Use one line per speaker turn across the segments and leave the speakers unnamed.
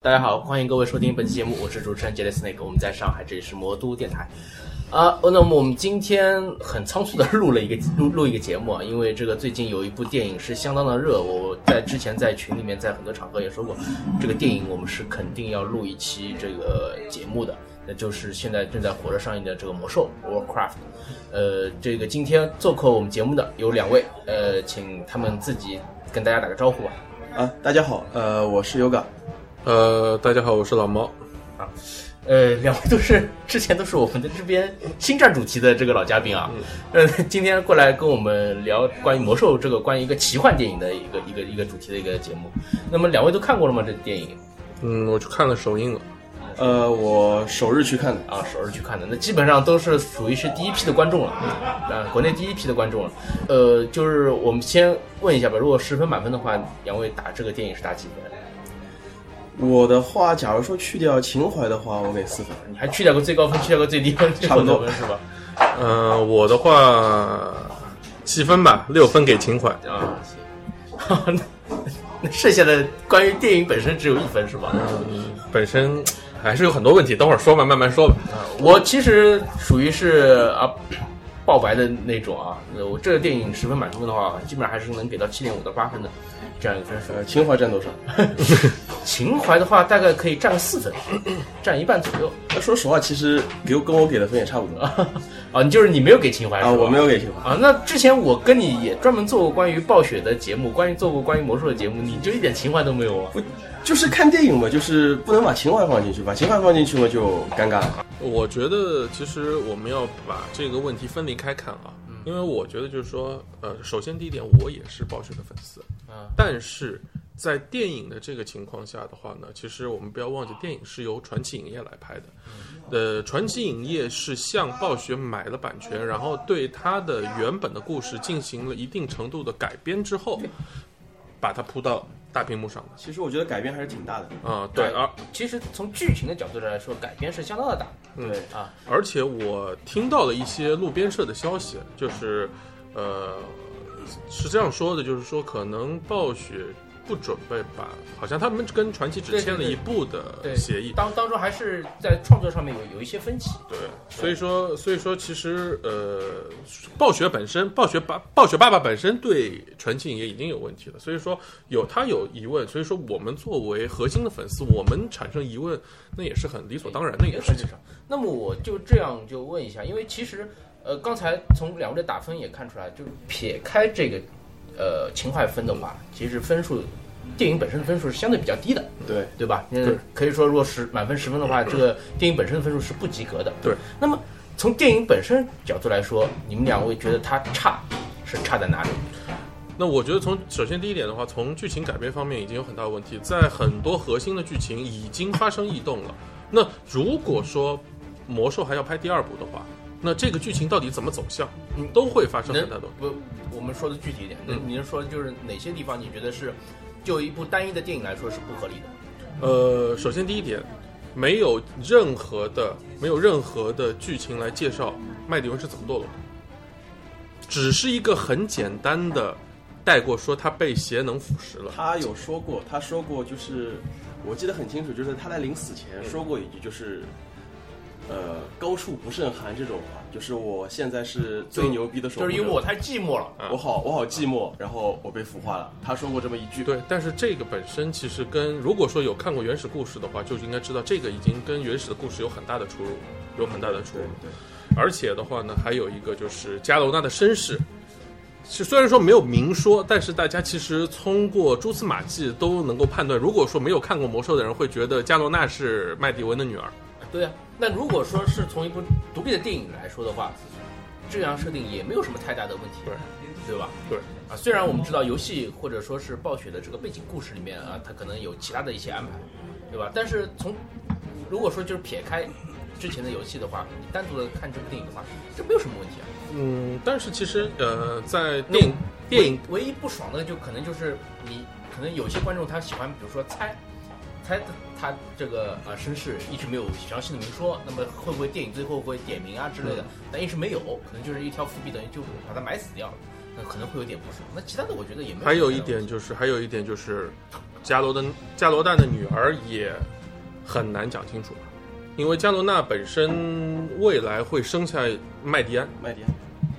大家好，欢迎各位收听本期节目，我是主持人杰 a 斯 Snake，我们在上海，这里是魔都电台。啊，那么我们今天很仓促的录了一个录录一个节目啊，因为这个最近有一部电影是相当的热，我在之前在群里面，在很多场合也说过，这个电影我们是肯定要录一期这个节目的，那就是现在正在火热上映的这个《魔兽 Warcraft》。呃，这个今天做客我们节目的有两位，呃，请他们自己跟大家打个招呼吧。
啊，大家好，呃，我是 Yoga，
呃，大家好，我是老猫。
呃，两位都是 之前都是我们的这边星战主题的这个老嘉宾啊，
嗯
呃， 今天过来跟我们聊关于魔兽这个关于一个奇幻电影的一个一个一个主题的一个节目。那么两位都看过了吗？这电影
嗯，我去看了首映了。
呃，我首日去看的，
啊，首日去看的，那基本上都是属于是第一批的观众了，啊，国内第一批的观众了。呃，就是我们先问一下吧，如果十分满分的话，两位打这个电影是打几分？
我的话，假如说去掉情怀的话，我给四分。
你还去掉个最高分，去掉个最低分，
差不多
分是吧？
嗯、我的话七分吧，六分给情怀。
啊， 行，那那剩下的关于电影本身只有一分是吧？
嗯
本身还是有很多问题，等会儿说吧，慢慢说吧。
我其实属于是啊爆白的那种啊，呃我这个电影十分满分的话，基本上还是能给到七点五到八分的这样一个分数。
呃，情怀占多少？
情怀的话，大概可以占个四分，占一半左右
那呃说实话，其实给我跟我给的分也差不 多
啊。你就是你没有给情怀是吧
啊，我没有给情怀。
啊。那之前我跟你也专门做过关于暴雪的节目，关于做过关于魔术的节目，你就一点情怀都没有啊？
不，就是看电影嘛，就是不能把情怀放进去，把情怀放进去嘛就尴尬了。
我觉得其实我们要把这个问题分离开看啊，因为我觉得就是说，呃，首先第一点，我也是暴雪的粉丝，
啊
但是在电影的这个情况下的话呢，其实我们不要忘记，电影是由传奇影业来拍的。呃，传奇影业是向暴雪买了版权，然后对它的原本的故事进行了一定程度的改编之后，把它铺到大屏幕上的。
其实我觉得改变还是挺大的。
啊、对，
对
而
其实从剧情的角度上来说，改编是相当的大。
嗯
对
啊，
而且我听到了一些路边社的消息，就是，呃，是这样说的，就是说可能暴雪不准备把，好像他们跟传奇只
对对
签了
对
一部
对
的协议，
当当中还是在创作上面有有一些分歧。
对，所以说，所以说，其实呃，暴雪本身，暴雪爸，暴雪爸爸本身对传奇影业已经有问题了，所以说有他有疑问，所以说我们作为核心的粉丝，我们产生疑问，那也是很理所当然的一个事情。
那么我就这样就问一下，因为其实呃，刚才从两位的打分也看出来，就是撇开这个呃情怀分的话，其实分数电影本身的分数是相对比较低的，
对，
对吧？
对
嗯，可以说如果是满分十分的话，这个电影本身的分数是不及格的。
对，
那么从电影本身角度来说，你们两位觉得它差是差在哪里？
那我觉得从首先第一点的话，从剧情改编方面已经有很大的问题，在很多核心的剧情已经发生异动了。那如果说魔兽还要拍第二部的话，那这个剧情到底怎么走向，都会发生
能
很大的问题。
不，我们说的具体一点，那
嗯
你是说就是哪些地方你觉得是就一部单一的电影来说是不合理的？
呃，首先第一点，没有任何的没有任何的剧情来介绍麦迪文是怎么堕落的，只是一个很简单的带过，说他被邪能腐蚀了。
他有说过，他说过就是，我记得很清楚，就是他在临死前
嗯
说过一句，就是，呃，高处不胜寒这种话，就是我现在是最牛逼的守
就
护者，
是因为我太寂寞了。
啊
我好，我好寂寞，然后我被腐化了。他说过这么一句，，
对，但是这个本身其实跟如果说有看过原始故事的话，就应该知道这个已经跟原始的故事有很大的出入，有很大的出
对
入。
对，
而且的话呢，还有一个就是加罗纳的身世，是虽然说没有明说，但是大家其实通过蛛丝马迹都能够判断。如果说没有看过魔兽的人，会觉得加罗纳是麦迪文的女儿。
对啊，那如果说是从一部独立的电影来说的话，这样设定也没有什么太大的问题，
对
对吧？
对，
啊，虽然我们知道游戏或者说是暴雪的这个背景故事里面啊，它可能有其他的一些安排，对吧？但是从如果说就是撇开之前的游戏的话，你单独的看这部电影的话，这没有什么问题啊。
嗯，但是其实呃，在电影电影
唯一不爽的就可能就是你，可能有些观众他喜欢，比如说猜，猜他这个啊身世一直没有详细的明说，那么会
嗯
不会电影最后会点名啊之类的，但一直没有，可能就是一条伏笔，等于就把它埋死掉了。那可能会有点不爽。那其他的我觉得也没有。
还有一点，就是，还有一点就是，伽罗的伽罗蛋的女儿也很难讲清楚了，因为伽罗娜本身未来会生下麦迪安，
麦迪安，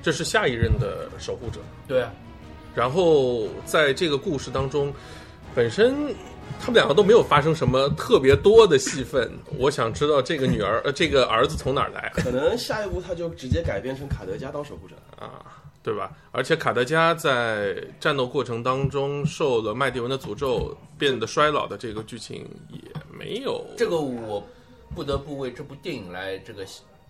这是下一任的守护者。
对啊，
然后在这个故事当中，本身他们两个都没有发生什么特别多的戏份。我想知道这个女儿，呃，这个儿子从哪儿来
可能下一步他就直接改变成卡德加当守护者了。
啊？对吧？而且卡德加在战斗过程当中受了麦迪文的诅咒，变得衰老的这个剧情也没有
这个我不得不为这部电影来这个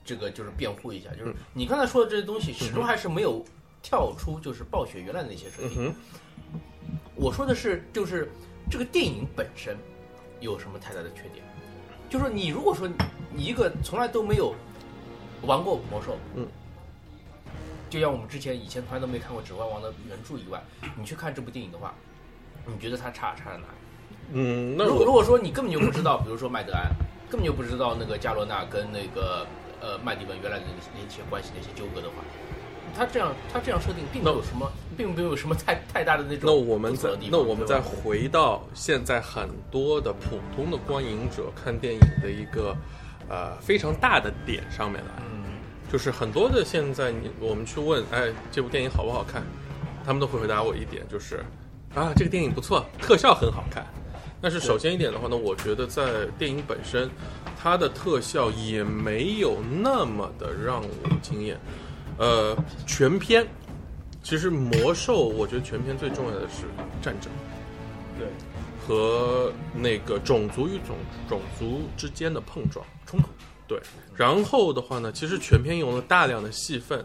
这个就是辩护一下，
嗯
就是你刚才说的这些东西，始终还是没有跳出就是暴雪原来的那些水平。
嗯
我说的是，就是这个电影本身有什么太大的缺点？就是你如果说你一个从来都没有玩过魔兽，
嗯，
就像我们之前以前从来都没看过《指环王》的原著以外，你去看这部电影的话，你觉得它差差在哪？
嗯，那
如果如
我
果说你根本就不知道，比如说麦德安，根本就不知道那个加罗纳跟那个呃麦迪文原来的那些那些关系那些纠葛的话，他这样他这样设定并没有什么，并没有什么太 太大的那种
那我们
不
再
妥的地
那
方
我们
对
再
吧
回到现在很多的普通的观影者看电影的一个呃非常大的点上面来。
嗯
就是很多的现在你我们去问，哎，这部电影好不好看？他们都会回答我一点，就是啊，这个电影不错，特效很好看。但是首先一点的话呢，我觉得在电影本身，它的特效也没有那么的让我惊艳。呃，全片其实魔兽，我觉得全片最重要的是战争
对，
和那个种族与种种族之间的碰撞。
冲突，
对，然后的话呢，其实全片用了大量的戏份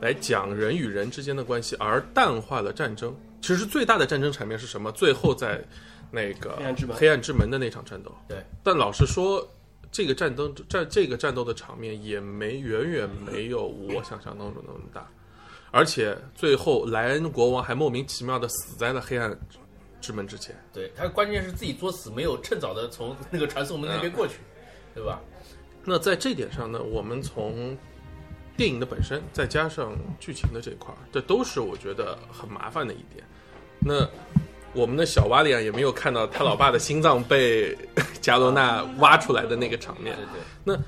来讲人与人之间的关系，而淡化了战争。其实最大的战争场面是什么？最后在那个
黑暗之门
黑暗之门的那场战斗。
对，
但老实说，这个战争战这个战斗的场面也没远远没有我想象当中的那么大，而且最后莱恩国王还莫名其妙的死在了黑暗之门之前。
对他关键是自己作死，没有趁早的从那个传送门那边过去，对吧？
那在这点上呢，我们从电影的本身，再加上剧情的这一块儿，这都是我觉得很麻烦的一点。那我们的小瓦里安也没有看到他老爸的心脏被 加罗纳挖出来的那个场面
对，对，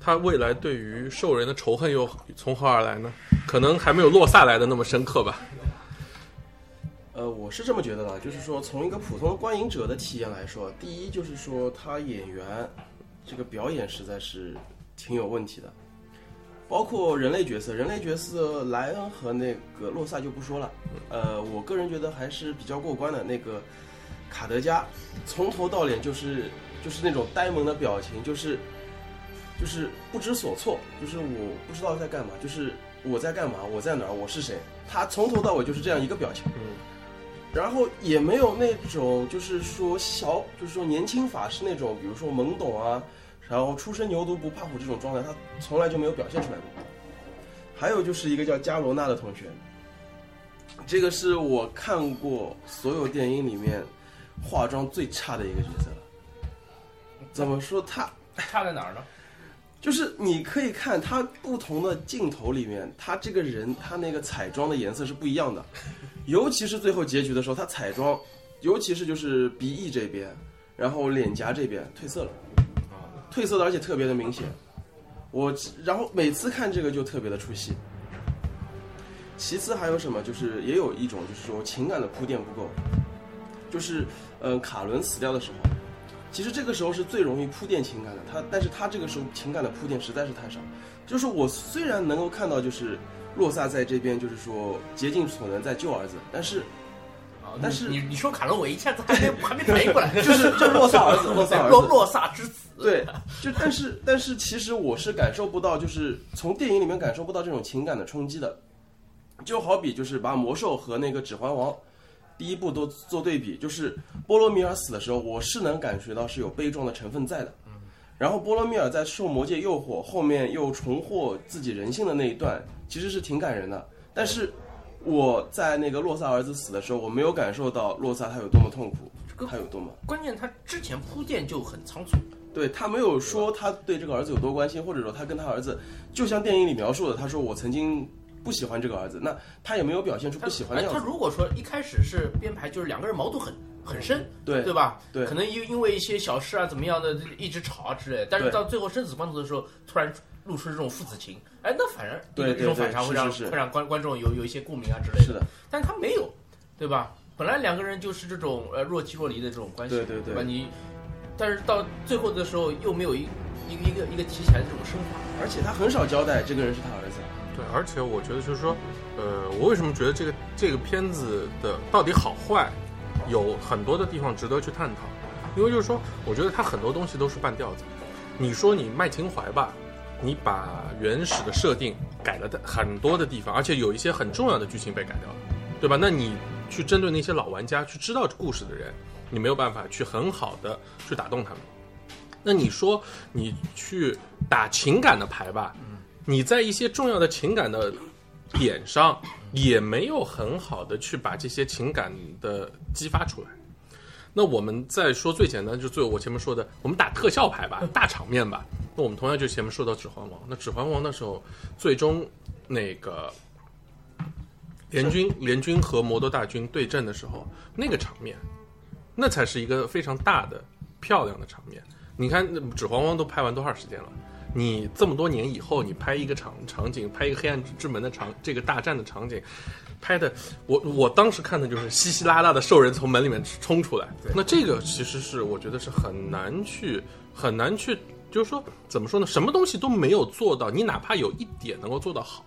他未来对于兽人的仇恨又从何而来呢？可能还没有落萨来的那么深刻吧。
呃，我是这么觉得的，就是说从一个普通观影者的体验来说，第一就是说他演员这个表演实在是挺有问题的，包括人类角色，人类角色莱恩和那个洛萨就不说了，呃，我个人觉得还是比较过关的。那个卡德加从头到脸就是就是那种呆萌的表情，就是就是不知所措，就是我不知道在干嘛，就是我在干嘛，我在哪儿，我是谁，他从头到尾就是这样一个表情。
嗯
然后也没有那种就是说小，就是说年轻法师那种，比如说懵懂啊，然后初生牛犊不怕虎这种状态，他从来就没有表现出来过。还有就是一个叫加罗娜的同学，这个是我看过所有电影里面化妆最差的一个角色了。怎么说他
差在哪儿呢？
就是你可以看他不同的镜头里面，他这个人他那个彩妆的颜色是不一样的，尤其是最后结局的时候，他彩妆，尤其是就是鼻翼这边，然后脸颊这边褪色了，
啊，
褪色的而且特别的明显。我然后每次看这个就特别的出戏。其次还有什么？就是也有一种就是说情感的铺垫不够，就是嗯、呃卡伦死掉的时候，其实这个时候是最容易铺垫情感的。他但是他这个时候情感的铺垫实在是太少。就是我虽然能够看到就是洛萨在这边就是说竭尽所能在救儿子，但是
啊
但是
你你你说卡伦，我一下子还没 还没反应过来，就
就是就是洛萨儿子， 洛萨儿子
洛洛萨之子，
对，就但是但是其实我是感受不到，就是从电影里面感受不到这种情感的冲击的，就好比就是把魔兽和那个指环王第一部都做对比，就是波罗米尔死的时候，我是能感觉到是有悲壮的成分在的。然后波罗米尔在受魔界诱惑，后面又重获自己人性的那一段，其实是挺感人的。但是我在那个洛萨儿子死的时候，我没有感受到洛萨他有多么痛苦，他有多么。
关键他之前铺垫就很仓促，
对他没有说他对这个儿子有多关心，或者说他跟他儿子，就像电影里描述的，他说我曾经不喜欢这个儿子，那他也没有表现出不喜欢的
哎
样
他
子。
如果说一开始是编排，就是两个人矛盾很很深，
对
对吧？
对
可能因因为一些小事啊，怎么样的，一直吵啊之类的。但是
对
到最后生死关头的时候，突然露出这种父子情，哎，那反而
对
有
对
这种
对
反差会让
是是是
会让观观众有有一些共鸣啊之类
是
的。
的，
但他没有，对吧？本来两个人就是这种呃若即若离的这种关系，
对对对
吧？你，但是到最后的时候又没有一一个一个一个提起来的这种升华，
而且他很少交代这个人是他儿子。
对，而且我觉得就是说，呃，我为什么觉得这个这个片子的到底好坏，有很多的地方值得去探讨，因为就是说，我觉得它很多东西都是半吊子。你说你卖情怀吧，你把原始的设定改了的很多的地方，而且有一些很重要的剧情被改掉了，对吧？那你去针对那些老玩家去知道这故事的人，你没有办法去很好的去打动他们。那你说你去打情感的牌吧，你在一些重要的情感的点上，也没有很好的去把这些情感的激发出来。那我们再说最简单，就最我前面说的，我们打特效牌吧，大场面吧。那我们同样就前面说到《指环王》，那《指环王》的时候，最终那个联军 联军和魔都大军对阵的时候，那个场面，那才是一个非常大的、漂亮的场面。你看《那指环王》都拍完多长时间了？你这么多年以后，你拍一个场场景，拍一个黑暗之门的场，这个大战的场景，拍的我我当时看的就是稀稀拉拉的兽人从门里面冲出来。那这个其实是我觉得是很难去很难去，就是说怎么说呢？什么东西都没有做到，你哪怕有一点能够做到好，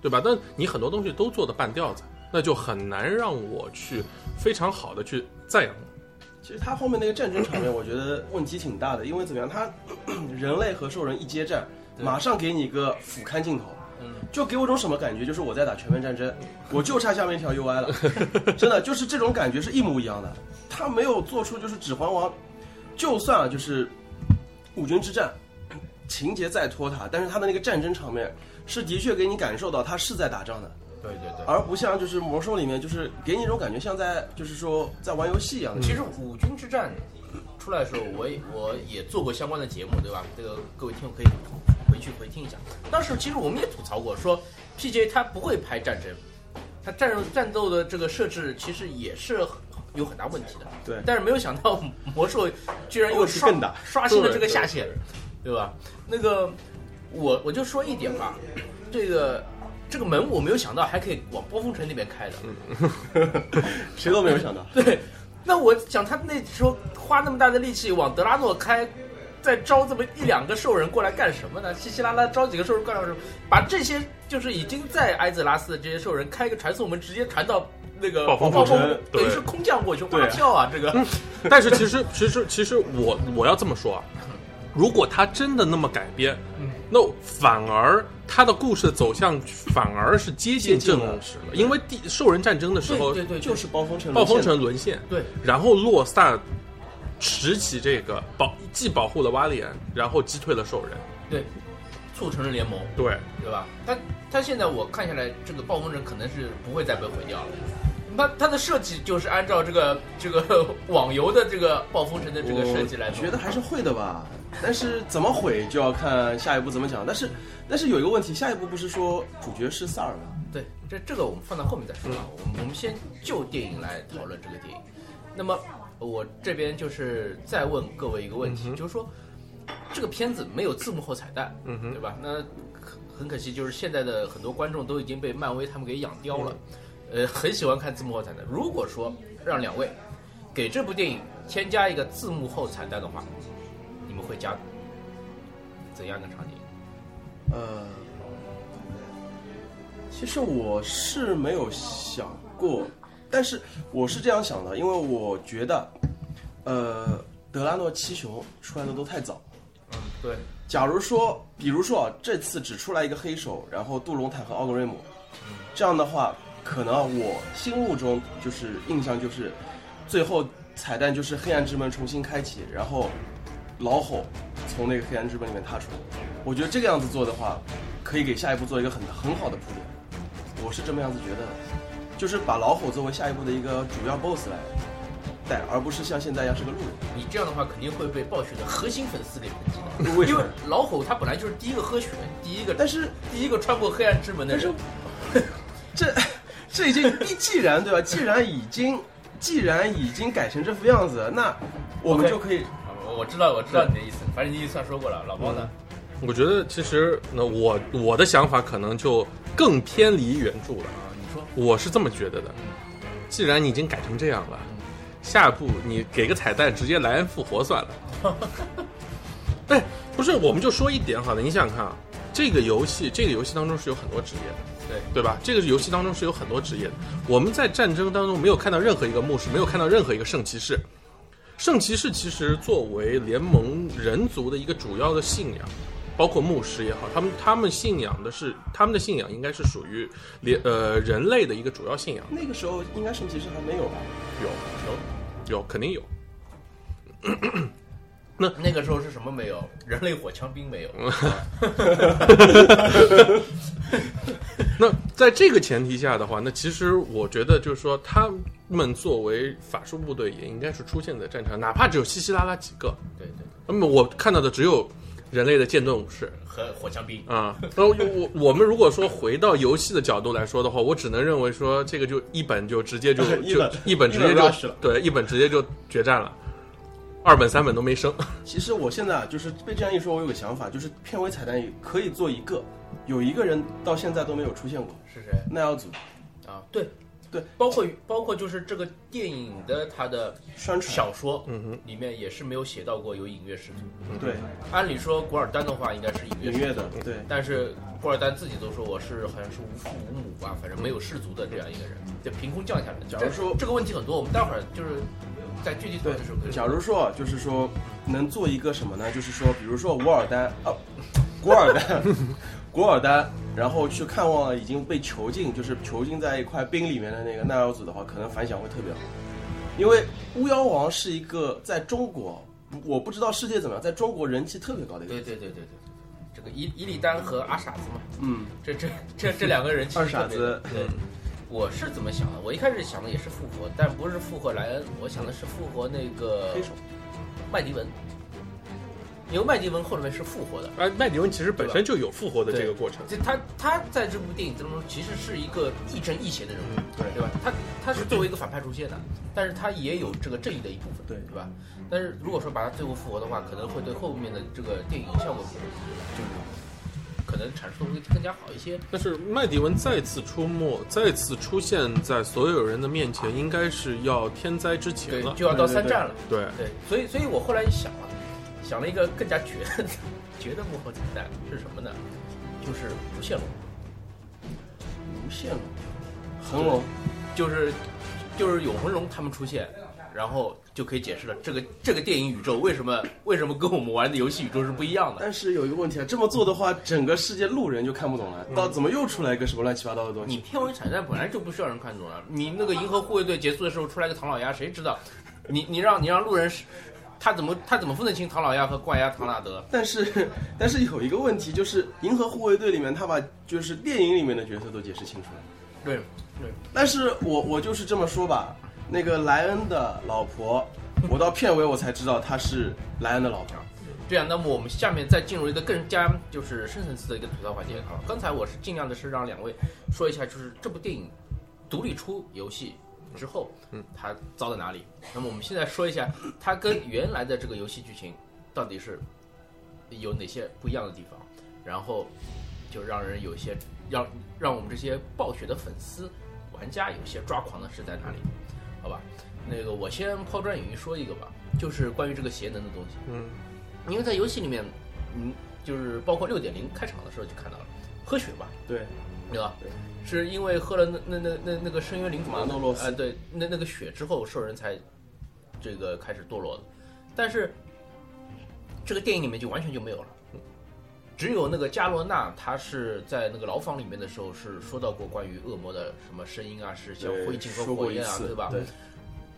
对吧？但你很多东西都做的半吊子，那就很难让我去非常好的去赞扬你。
其实他后面那个战争场面，我觉得问题挺大的，因为怎么样，他 人类和兽人一接战，马上给你一个俯瞰镜头，
嗯，
就给我种什么感觉？就是我在打全面战争，我就差下面一条 UI 了，真的就是这种感觉是一模一样的。他没有做出就是《指环王》，就算啊，就是五军之战， 情节再拖沓，但是他的那个战争场面是的确给你感受到他是在打仗的，
对对对。
而不像就是魔兽里面就是给你一种感觉像在就是说在玩游戏一 样的。
其实五军之战出来的时候，我也我也做过相关的节目，对吧？这个各位听众可以回去回听一下。当时其实我们也吐槽过，说 PJ 他不会拍战争，他战斗战斗的这个设置其实也是很有很大问题的。
对
但是没有想到魔兽居然又
问题
刷
更大
刷新了这个
对
下限，对吧？那个我我就说一点吧，这个。这个门我没有想到还可以往波峰城那边开的，
谁都没有想到，
对，那我想他那时候花那么大的力气往德拉诺开，再招这么一两个兽人过来干什么呢？稀稀拉拉招几个兽人过来干什么？把这些就是已经在埃泽拉斯的这些兽人开个传送门，直接传到那个
暴
暴风
风
城，
等于
对
是空降过去，
对
哇跳啊！这个
但是其实其实其实我我要这么说啊，如果他真的那么改编，那反而他的故事的走向反而是接近正史了，因为第兽人战争的时
对
候，
对对，
就是是暴风城。
暴风城沦陷，
对
然后洛萨拾起这个保，既保护了瓦里安，然后击退了兽人，
对，促成了联盟，
对，
对吧？他他现在我看下来，这个暴风城可能是不会再被毁掉了。它它的设计就是按照这个这个网游的这个暴风城的这个设计来
我
弄
觉得还是会的吧。但是怎么毁就要看下一步怎么讲。但是，但是有一个问题，下一步不是说主角是萨尔吗？
对，这这个我们放到后面再说
嗯
啊。我们我们先就电影来讨论这个电影。那么我这边就是再问各位一个问题，就是说这个片子没有字幕后彩蛋，
嗯哼
对吧？那可很可惜，就是现在的很多观众都已经被漫威他们给养刁了，
嗯
呃，很喜欢看字幕后彩蛋。如果说让两位给这部电影添加一个字幕后彩蛋的话，你们会加怎样的场景？
呃，其实我是没有想过，但是我是这样想的，因为我觉得，呃，德拉诺七雄出来的都太早。
嗯，对，
假如说，比如说啊，这次只出来一个黑手，然后杜隆坦和奥格瑞姆，这样的话，可能啊我心目中就是印象就是，呃最后彩蛋就是黑暗之门重新开启，然后老吼从那个黑暗之门里面踏出。我觉得这个样子做的话，可以给下一步做一个很很好的铺垫。我是这么样子觉得的，就是把老吼作为下一步的一个主要 BOSS 来带，而不是像现在一样是个路人。
你这样的话肯定会被暴雪的核心粉丝给抨击的。
为什
因为
么？
老虎他本来就是第一个喝血，第一个
但是
第一个穿过黑暗之门的
但是
人，
这这已经，既然对吧？既然已经，既然已经改成这副样子，那我们
OK
就可以
啊我我知道我知道你的意思，反正你已经算说过了。老包呢？
我觉得其实那我我的想法可能就更偏离原著
嗯
了。
啊，你说
我是这么觉得的，既然你已经改成这样了，下一步你给个彩蛋，直接莱恩复活算了。哎，不是，我们就说一点好了，你想想看啊，这个游戏这个游戏当中是有很多职业的，
对
对吧？这个游戏当中是有很多职业的。我们在战争当中没有看到任何一个牧师，没有看到任何一个圣骑士。圣骑士其实作为联盟人族的一个主要的信仰，包括牧师也好，他们他们信仰的是他们的信仰应该是属于联呃人类的一个主要信仰，
那个时候应该圣骑士还没有吧？
有有有肯定有，
那个时候是什么没有？人类火枪兵没有，
嗯
那在这个前提下的话，那其实我觉得就是说，他们作为法术部队也应该是出现在战场，哪怕只有稀稀拉拉几个。
对对，
那么我看到的只有人类的剑盾武士
和火枪兵。
啊。然后我我们如果说回到游戏的角度来说的话，我只能认为说这个就一本就直接就
一
就
本
一本直接
一本 rush
就
了
对一本直接就决战了，二本三本都没升。
其实我现在啊，就是被这样一说，我有个想法，就是片尾彩蛋也可以做一个，有一个人到现在都没有出现过，
是谁
耐奥组
啊？对
对，
包括包括就是这个电影的它的
宣传，
小说
嗯哼，
里面也是没有写到过有隐月使徒。
对，
按理说古尔丹的话应该是隐月
音
使徒，
乐的，对，
但是古尔丹自己都说我是好像是无父无母吧，反正没有氏族的这样一个人，就凭空降下来的。
假如说
这个问题很多，我们待会儿就是在具体讨
对
论的时候可以，
假如说就是说能做一个什么呢？就是说，比如说古尔丹 啊，古尔丹，古尔丹，然后去看望了已经被囚禁，就是囚禁在一块冰里面的那个耐奥祖的话，可能反响会特别好，因为巫妖王是一个在中国，不我不知道世界怎么样，在中国人气特别高的一个
对。对对对对对，这个伊伊利丹和阿傻子嘛，
嗯，
这这这这两个人其实
二傻
特别
子，
对，我是怎么想的？我一开始想的也是复活，但不是复活莱恩，我想的是复活那个
黑手，
麦迪文，因为麦迪文后面是复活的。
哎，麦迪文其实本身就有复活的这个过程。
这他他在这部电影当中其实是一个亦正亦邪的人物，
对
对吧？他他是作为一个反派出现的，但是他也有这个正义的一部分，
对
对吧？但是如果说把他最后复活的话，可能会对后面的这个电影效果就是可能阐述会更加好一些。
但是麦迪文再次出没，再次出现在所有人的面前，应该是要天灾之前
对，
了。
就要到
对对
三
对
战了。
对，
对，所以所以我后来想了，想了一个更加绝的绝的幕后彩蛋是什么呢？就是无限龙，
无限龙，恒龙，
就是就是永恒龙他们出现，然后就可以解释了这个这个电影宇宙为什么为什么跟我们玩的游戏宇宙是不一样的。
但是有一个问题啊，这么做的话，整个世界路人就看不懂了，到怎么又出来一个什么乱七八糟的东
你
西？
片尾彩蛋本来就不需要人看懂啊！你那个银河护卫队结束的时候出来个唐老鸭，谁知道？你你让你让路人是，他怎么他怎么分得清唐老鸭和怪鸭唐纳德？
但是， 但是有一个问题，就是《银河护卫队》里面他把就是电影里面的角色都解释清楚了。
对，
但是我我就是这么说吧，那个莱恩的老婆，我到片尾我才知道她是莱恩的老婆。
这样，那么我们下面再进入一个更加就是深层次的一个吐槽环节啊。刚才我是尽量的是让两位说一下，就是这部电影独立出游戏之后，嗯，它糟在哪里？那么我们现在说一下，它跟原来的这个游戏剧情到底是有哪些不一样的地方，然后就让人有一些让让我们这些暴雪的粉丝玩家有一些抓狂的是在哪里？好吧，那个我先抛砖引玉说一个吧，就是关于这个邪能的东西。
嗯，
因为在游戏里面，嗯，就是包括六点零开场的时候就看到了，喝血吧，
对，
对吧？
对
是因为喝了那那那那那个深渊领主
马诺洛斯
呃，对，那那个血之后，兽人才这个开始堕落的。但是这个电影里面就完全就没有了，
嗯
只有那个加罗娜，她是在那个牢房里面的时候是说到过关于恶魔的什么声音啊，是像
对
灰烬和
说
火
过一
焰啊，
次，
对吧？
对，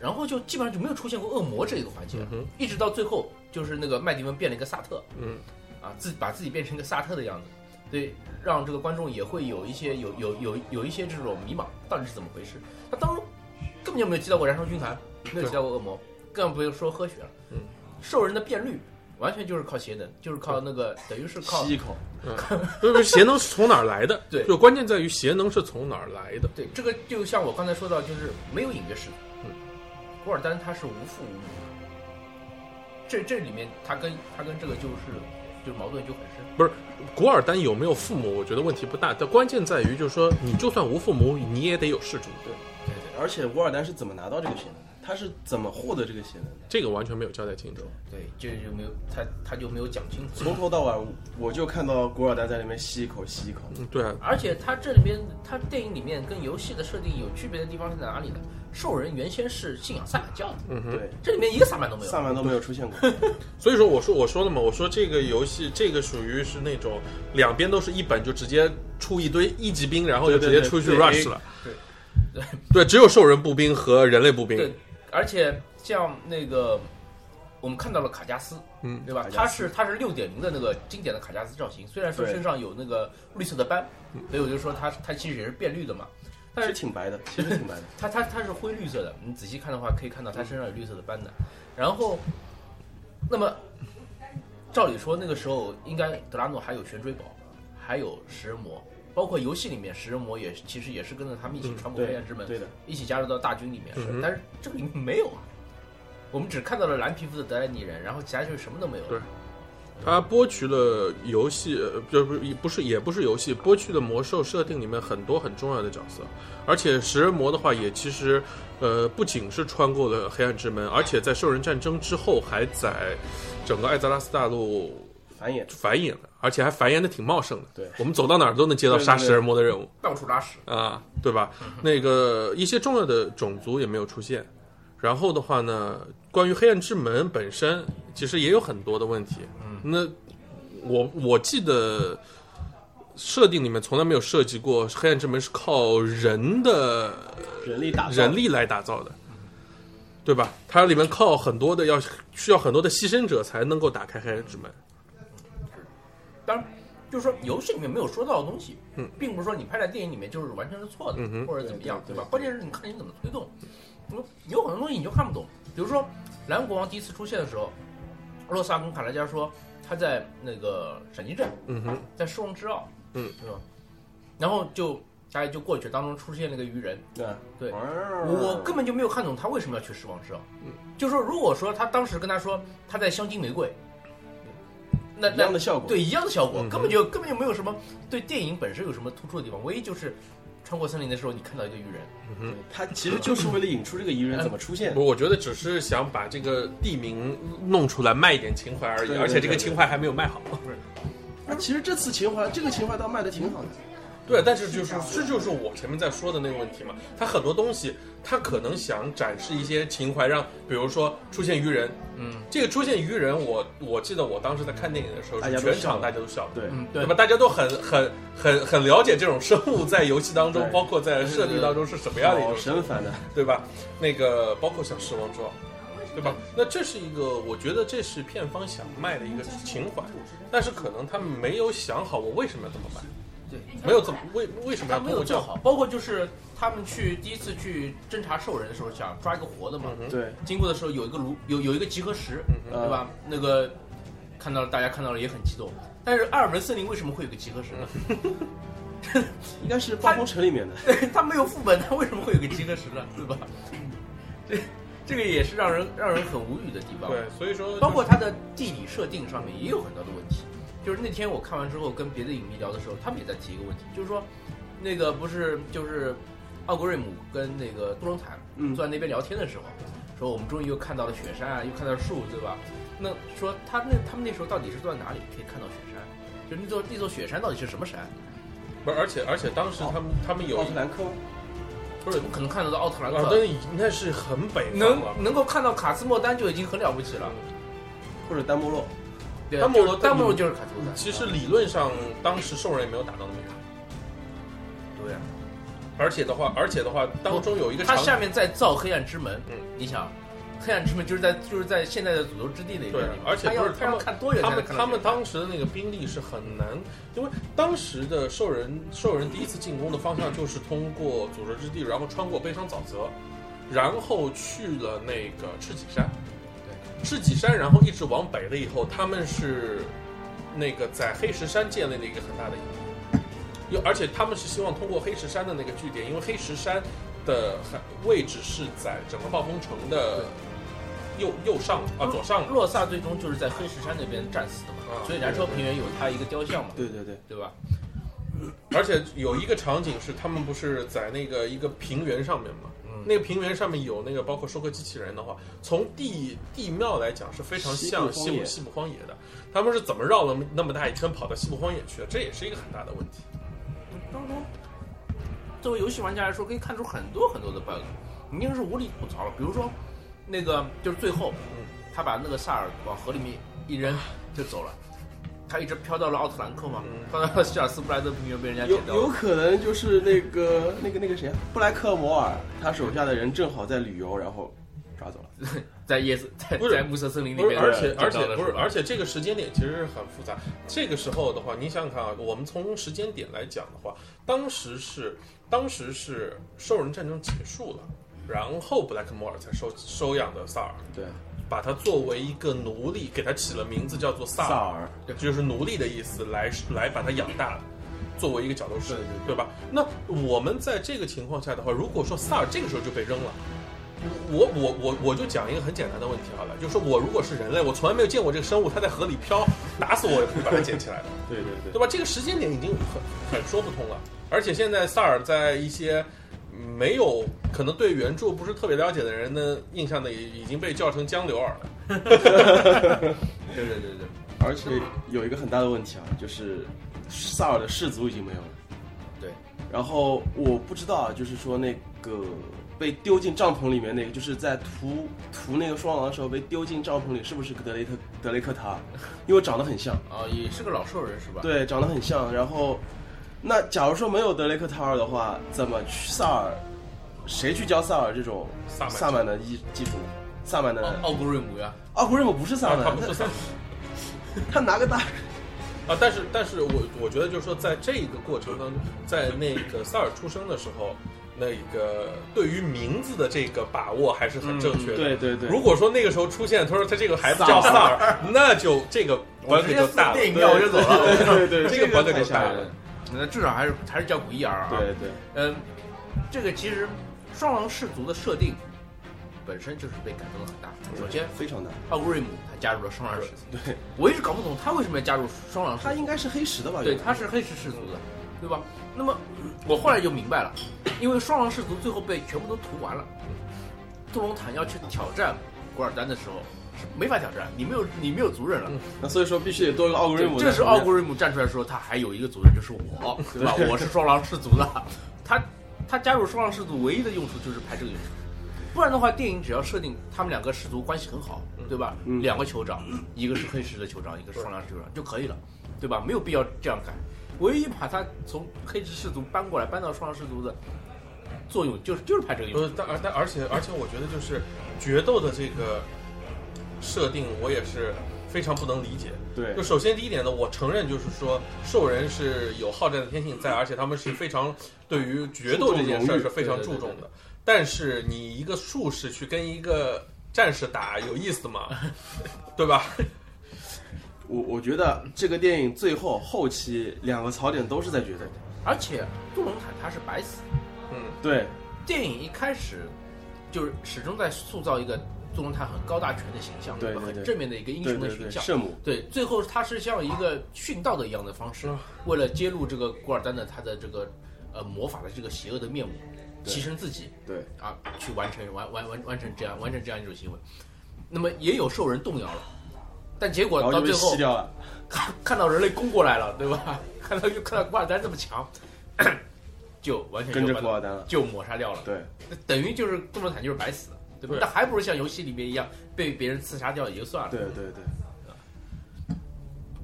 然后就基本上就没有出现过恶魔这一个环节，
嗯哼
一直到最后就是那个麦迪文变了一个萨特，
嗯，
啊，自把自己变成一个萨特的样子，对，让这个观众也会有一些有有有有一些这种迷茫，到底是怎么回事？他当中根本就没有提到过燃烧军团，没有提到过恶魔，更不用说喝血了，
嗯，
兽人的变绿完全就是靠邪能，就是靠那个等于是靠
吸一口，
不是不是，邪能是从哪儿来的？
对
就关键在于邪能是从哪儿来的。
对这个就像我刚才说到，就是没有隐约式的，
嗯，
古尔丹他是无父无母的，这这里面他跟他跟这个就是就是矛盾就很深。
不是古尔丹有没有父母，我觉得问题不大，但关键在于就是说，你就算无父母，你也得有氏族，
对对，而且古尔丹是怎么拿到这个血能的？他是怎么获得这个血能的？
这个完全没有交代清楚。
对，这就没有他他就没有讲清楚。
从头到尾，我就看到古尔丹在里面吸一口，吸一口。
嗯，对啊，
而且它这里边，它电影里面跟游戏的设定有区别的地方是在哪里呢？兽人原先是信仰萨满教的，
嗯哼。
对，
这里面一个萨满都没有。
萨满都没有出现过。
所以说，我说我说了嘛，我说这个游戏这个属于是那种两边都是一本就直接出一堆一级兵，然后就直接出去
对对对
rush 了。
对
对
对，只有兽人步兵和人类步兵。
对，而且像那个我们看到了卡加斯，
嗯，
对吧
卡？加
他
斯
是他是六点零的那个经典的卡加斯造型，虽然说
对嗯
身上有那个绿色的斑，所以我就说他他其实也是变绿的嘛。
其
但
实
是
挺白的，其实挺白的。
它它它是灰绿色的，你仔细看的话可以看到它身上有绿色的斑的。然后，那么照理说那个时候应该德拉诺还有旋追宝，还有食人魔，包括游戏里面食人魔也是其实也是跟着他们一起穿过黑
对
暗之门，
对的，
一起加入到大军里面
嗯哼
但是这个里面没有啊，我们只看到了蓝皮肤的德莱尼人，然后其他就什么都没有了。
对它剥取了游戏，呃，不不不是也不是游戏，剥去了魔兽设定里面很多很重要的角色，而且食人魔的话也其实，呃，不仅是穿过了黑暗之门，而且在兽人战争之后还在整个艾泽拉斯大陆
繁衍。
繁衍了，而且还繁衍的挺茂盛的。
对
我们走到哪儿都能接到杀食人魔的任务
到处拉屎，
啊，对吧？
嗯
那个一些重要的种族也没有出现。然后的话呢，关于黑暗之门本身，其实也有很多的问题。嗯，那我我记得设定里面从来没有涉及过黑暗之门是靠人的
人力打造嗯
人力来打造的，对吧？它里面靠很多的要需要很多的牺牲者才能够打开黑暗之门。
当然。就是说，游戏里面没有说到的东西，并不是说你拍在电影里面就是完全是错的，
嗯哼
或者怎么样，
对
吧
对？对
关键是你看你怎么推动。有有很多东西你就看不懂，比如说蓝国王第一次出现的时候，洛萨跟卡莱加说他在那个闪击战，
嗯哼，
在狮王之奥，
嗯，
对吧？然后就大家就过去，当中出现那个鱼人，
对
对我
我
根本就没有看懂他为什么要去狮王之奥。
嗯
就说如果说他当时跟他说他在香精玫瑰，那
一
那
样的效果。
对一样的效果
嗯，哼
根本就根本就没有什么对电影本身有什么突出的地方，唯一就是穿过森林的时候你看到一个鱼人，
对，他其实就是为了引出这个疑人怎么出现。
不，我觉得只是想把这个地名弄出来卖一点情怀而已，
对对
而且这个
对对
情怀还没有卖好。
那其实这次情怀，这个情怀倒卖的挺好的。
对，但是就是这就是我前面在说的那个问题嘛，他很多东西他可能想展示一些情怀，让比如说出现鱼人，
嗯
这个出现鱼人，我我记得我当时在看电影的时候，
大
是
家都
全
笑
场
了
大家都笑。
对，
嗯，
对吧？大家都很很很很了解这种生物在游戏当中，
对哦
包括在设定当中是什么样的一种
好神烦的。
对吧？那个包括像《狮王
啊
之王》，对吧？那这是一个，我觉得这是片方想卖的一个情怀，
嗯
但是可能他们没有想好我为什么要这么卖，
对，
没有这么为为什么
他
要通
没有
过这
做
样
好，包括就是他们去第一次去侦查兽人的时候，想抓一个活的嘛，
嗯
对，呃
经过的时候有一个炉有有一个集合石，
嗯
对吧？那个看到了大家看到了也很激动，但是阿尔文森林为什么会有个集合石呢？
应该是暴风城里面的。
嗯
对， 他没有副本，他为什么会有个集合石呢？对吧？ 这这个也是让人让人很无语的地方。
对，所以说
包括它的地理设定上面也有很多的问题。就是那天我看完之后跟别的影迷聊的时候，他们也在提一个问题，就是说，那个不是就是奥格瑞姆跟那个杜隆坦
嗯
坐在那边聊天的时候，说我们终于又看到了雪山啊，又看到了树，对吧？那说他那他们那时候到底是坐在哪里可以看到雪山？就那座那座雪山到底是什么山？
不是，而且而且当时他们他们有
奥特
哦
兰科，
不是可能看得到奥特兰
啊，
克，
那已那是很北方
能
了。
能够看到卡斯莫丹就已经很了不起了。
或者丹波洛，
对，
丹莫
就
罗
是丹莫罗就是卡斯莫丹，
其实理论上，当时兽人也没有打到那么远，
对啊呀、
而且的话，而且的话，当中有一个
他
场景
下面在造黑暗之门，
嗯
你想，黑暗之门就是在就是在现在的诅咒之地那边
对
地方，
而且
他
不
要
是他
要
们
看多远
他
才能
们
看到
他们
雪山
当时的那个兵力是很难，因为当时的兽人兽人第一次进攻的方向就是通过组织之地，然后穿过悲伤沼泽，然后去了那个赤脊山。
对
智己山，然后一直往北了以后，他们是那个在黑石山建立了一个很大的影响，又而且他们是希望通过黑石山的那个据点，因为黑石山的很位置是在整个暴风城的右右上啊左上
洛萨最终就是在黑石山那边战死的嘛
啊，
所以燃烧平原有他一个雕像嘛，
对对对，
对吧？
而且有一个场景是他们不是在那个一个平原上面嘛，
嗯
那个平原上面有那个包括收割机器人的话，从地地貌来讲是非常像
西部荒
西部
野
西部荒野的。他们是怎么绕了那么大一圈跑到西部荒野去的？这也是一个很大的问题。
当中，作为游戏玩家来说，可以看出很多很多的 bug，已经是无力吐槽了。比如说，那个就是最后，
嗯
他把那个萨尔往河里面一扔就走了，他一直飘到了奥特兰克嘛，
嗯
飘到了希尔斯布莱德平原被人家
有
捡到
有
了。
可能就是那个那个那个谁啊，布莱克摩尔，他手下的人正好在旅游，然后抓走了。
在夜色在
不是
在暮色森林里
不是，
面，
而且而
找到
且
了
不是，
吧
而且这个时间点其实是很复杂。这个时候的话，你想想看啊，我们从时间点来讲的话，当时是当时是兽人战争结束了，然后布莱克摩尔才收收养的萨尔。
对，
把它作为一个奴隶，给它起了名字叫做萨
萨
尔，
尔，
就是奴隶的意思，来来把它养大，作为一个角斗士，
对对对
吧？那我们在这个情况下的话，如果说萨尔这个时候就被扔了。我我我我就讲一个很简单的问题好了，就是说我如果是人类，我从来没有见过这个生物，它在河里漂，打死我也不会把它捡起来的。
对对
对吧？这个时间点已经很很说不通了，而且现在萨尔在一些没有可能对原著不是特别了解的人的印象呢，也已经被叫成江流儿了。
对对对对
而且有一个很大的问题啊，就是萨尔的氏族已经没有了。
对，
然后我不知道啊，就是说那个被丢进帐篷里面那个，就是在屠屠那个双狼的时候被丢进帐篷里，是不是德雷特德雷克塔？因为长得很像，
啊，也是个老兽人是吧？
对，长得很像。然后，那假如说没有德雷克塔尔的话，怎么去萨尔？谁去教萨尔这种
萨满哦
萨满的技技术呢？萨满的
奥，奥古瑞姆呀，
奥古瑞姆不是萨
啊
满，
他不是萨尔
他他拿个大
啊，但是但是我我觉得就是说，在这个过程当中，在那个萨尔出生的时候，那个对于名字的这个把握还是很正确的。
嗯对对对
如果说那个时候出现，他说他这个孩子
萨
叫
尔
萨尔， 那就这个
我
关
直
可
接
就大了。
电影票我就走了。
对 对，
这个管得
太
了
吓
大
人
了
了。
那至少还是还是叫古一尔啊。
对对，
嗯，这个其实双狼氏族的设定本身就是被改动的很大。首先，
非常大，
奥古瑞姆他加入了双狼氏族，
对
我一直搞不懂他为什么要加入双狼氏
他
族，
应该是黑石的吧？
对，
原来
他是黑石氏族的，对吧？那么我后来就明白了，因为双狼氏族最后被全部都屠完了，杜隆坦要去挑战古尔丹的时候是没法挑战，你没有你没有族人了。
那所以说必须得多一个奥古瑞姆。
这时候奥古，瑞姆站出来说，他还有一个族人就是 我，对吧？我是双狼氏族的，他他加入双狼氏族唯一的用处就是拍这个用处，不然的话，电影只要设定他们两个氏族关系很好，对吧？
嗯
两个酋长，一个是黑石的酋长，一个是双狼氏酋长就可以了，对吧？没有必要这样改。唯一把他从黑石氏族搬过来，搬到双狼氏族的作用就是就是拍这个用
不
呃
处
是，，呃但而但而且而且，我觉得就是决斗的这个设定，我也是非常不能理解。
对
就首先第一点呢，我承认就是说兽人是有好战的天性在，而且他们是非常对于决斗这件事儿是非常注重
对对对
的。但是你一个术士去跟一个战士打，有意 思吗？对吧？
我我觉得这个电影最后后期两个槽点都是在决斗。
而且杜隆坦他是白死的
嗯，
对
电影一开始就是始终在塑造一个杜隆坦很高大全的形象，
对
吧
对对
很正面的一个英
对
雄的
对
形
对，
象。
圣母
对，最后他是像一个殉道的一样的方式，为了揭露这个古尔丹的他的这个呃魔法的这个邪恶的面目，
对
牺牲自己
对
啊，去完成完完完完成这样完成这样一种行为。那么也有兽人动摇了，但结果
然后
到
就被
最后
吸掉了。
看看到人类攻过来了，对吧？ 看到又看到古尔丹这么强， 就完全就
跟着
把
古尔丹了
就抹杀掉了。
对，
等于就是动作坦就是白死的，对吧？
对
那还不如像游戏里面一样被别人刺杀掉也就算了。
对对对，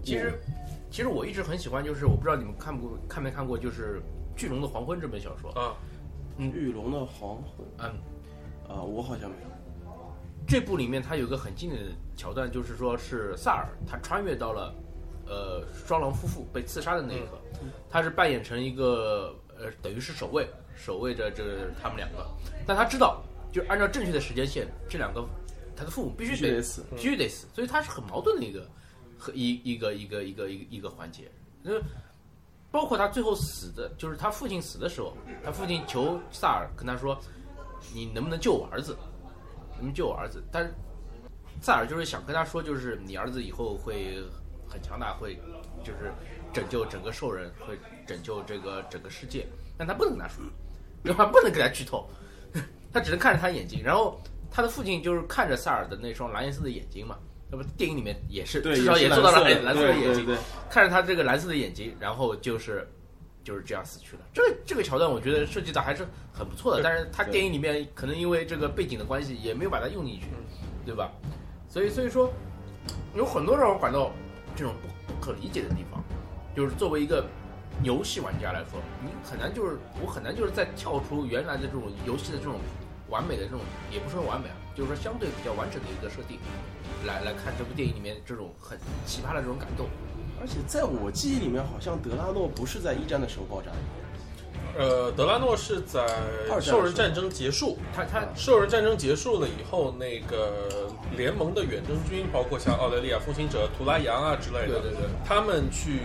其实，其实我一直很喜欢，就是我不知道你们看不看没看过，就是《巨龙的黄昏》这本小说。
啊，
玉龙的黄昏
嗯，
啊，我好像没有。
这部里面它有一个很经典的桥段，就是说是萨尔他穿越到了，呃，双狼夫妇被刺杀的那一刻，
嗯
他是扮演成一个呃，等于是守卫，呃守卫着这他们两个，但他知道，就按照正确的时间线，这两个他的父母必
必
须
须得
得
死。
必须得死，所以他是很矛盾的一个和一一个一个一个一个一个环节。那包括他最后死的，就是他父亲死的时候，他父亲求萨尔跟他说：“你能不能救我儿子？能不能救我儿子？”但是萨尔就是想跟他说，就是你儿子以后会很强大，会就是拯救整个兽人，会拯救这个整个世界。但他不能跟他说，对吧？不能给他剧透， 他只能看着他眼睛，然后他的父亲就是看着萨尔的那双蓝颜色的眼睛嘛，那么电影里面也是，
对，
至少
也
也
是
做到了
蓝色的
蓝色的眼
对
睛，
对对，
看着他这个蓝色的眼睛，然后就是就是这样死去了。这个这个桥段我觉得设计的还是很不错的，但是他
对
电影里面可能因为这个背景的关系，也没有把它用进去，
嗯
对吧？所以所以说，有很多让我感到这种不不可理解的地方，就是作为一个。游戏玩家来说，你很难就是我很难就是在跳出原来的这种游戏的这种完美的这种，也不是说完美啊，就是说相对比较完整的一个设定，来来看这部电影里面这种很奇葩的这种感动。
而且在我记忆里面，好像德拉诺不是在一战的时候爆炸的，
呃，德拉诺是在
二战的时候
兽人战争结束，
他他
兽人战争结束了以后，那个联盟的远征军，包括像澳大利亚风行者、图拉扬啊之类的，
对对对
他们去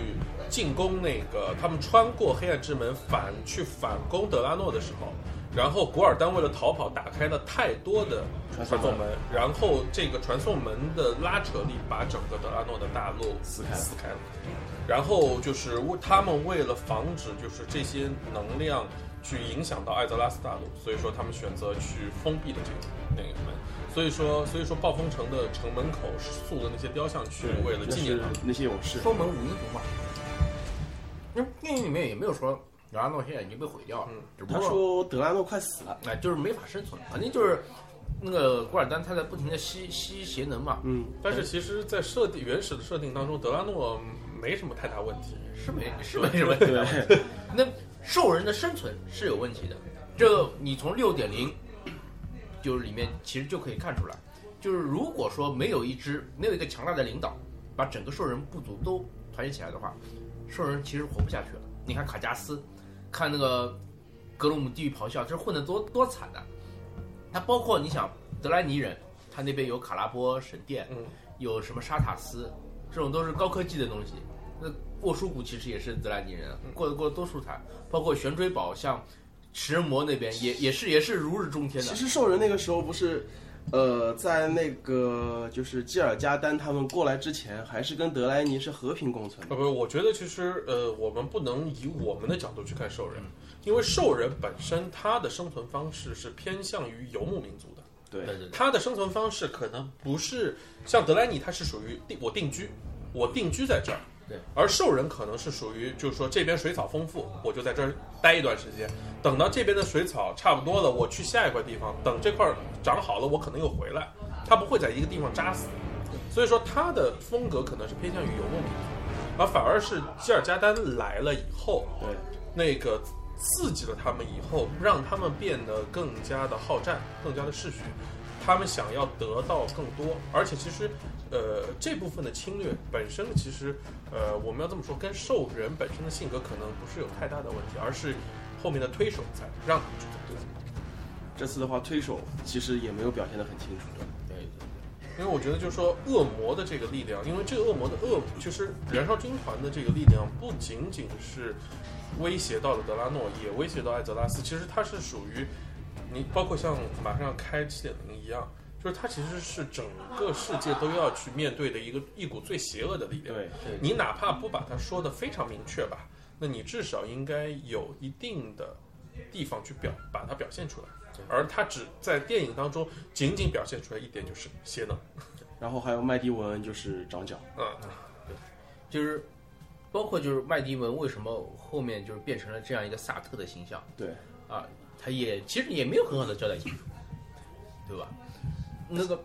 进攻那个，他们穿过黑暗之门反去反攻德拉诺的时候，然后古尔丹为了逃跑，打开了太多的
传送
传送
门
门，然后这个传送门的拉扯力把整个德拉诺的大陆
撕开了
撕开了。然后就是为他们为了防止就是这些能量去影响到艾泽拉斯大陆，所以说他们选择去封闭了这个那个门。所以说，所以说暴风城的城门口是塑的那些雕像去为了纪念他
就
们。
是那些勇士。
封门无英雄嘛。那电影里面也没有说莱昂诺现在已经被毁掉了，
嗯
只不
他
过
说德拉诺快死了，
哎、就是没法生存，肯定就是那个古尔丹他在不停的吸吸邪能嘛，
嗯，
但是其实，在设定原始的设定当中，德拉诺没什么太大问题。
是没是没什么问题的。
对，
那兽人的生存是有问题的，这个你从六点零就是里面其实就可以看出来，就是如果说没有一支没有一个强大的领导，把整个兽人部族都团结起来的话，兽人其实活不下去了。你看卡加斯，看那个格鲁姆地狱咆哮，这混得多多惨啊！他包括你想德莱尼人，他那边有卡拉波神殿，
嗯，
有什么沙塔斯，这种都是高科技的东西。那沃舒谷其实也是德兰尼人
嗯
啊，过得过得多舒坦。包括玄追堡，像食人魔那边也也是也是如日中天的
其。实兽人那个时候不是，呃，在那个就是基尔加丹他们过来之前，还是跟德莱尼是和平共存的。
呃，不，我觉得其实呃，我们不能以我们的角度去看兽
嗯
人，因为兽人本身它的生存方式是偏向于游牧民族的。
对
对，对对，
他的生存方式可能不是像德莱尼，他是属于定我定居，我定居在这儿。
对，
而兽人可能是属于，就是说这边水草丰富，我就在这儿待一段时间，等到这边的水草差不多了，我去下一块地方，等这块儿长好了，我可能又回来。他不会在一个地方扎死，所以说他的风格可能是偏向于游牧民族，而反而是基尔加丹来了以后，
对，
那个刺激了他们以后，让他们变得更加的好战，更加的嗜血。他们想要得到更多，而且其实，呃，这部分的侵略本身其实，呃，我们要这么说，跟兽人本身的性格可能不是有太大的问题，而是后面的推手才让他们去做。
这次的话推手其实也没有表现得很清楚。
因为我觉得就是说恶魔的这个力量，因为这个恶魔的恶就是燃烧军团的这个力量，不仅仅是威胁到了德拉诺，也威胁到艾泽拉斯。其实它是属于你，包括像马上开七点零一样，就是它其实是整个世界都要去面对的一个一股最邪恶的力量。
对，
你哪怕不把它说的非常明确吧，那你至少应该有一定的地方去表把它表现出来。而它只在电影当中仅仅表现出来一点，就是邪能。
然后还有麦迪文恩就是长脚，
嗯，
就是包括就是麦迪文为什么后面就是变成了这样一个萨特的形象
对，
啊？他也其实也没有很好的交代清楚，对吧？那个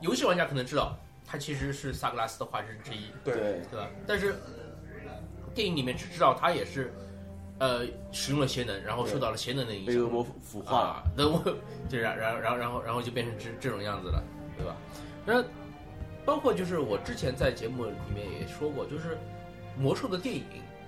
游戏玩家可能知道，他其实是萨格拉斯的化身之一，
对
对，
对吧？但是呃电影里面只知道他也是，呃，使用了邪能，然后受到了邪能的影
被恶
响，
魔腐化了。
啊，那我就然然然然后然后就变成这这种样子了，对吧？那包括就是我之前在节目里面也说过，就是魔兽的电影，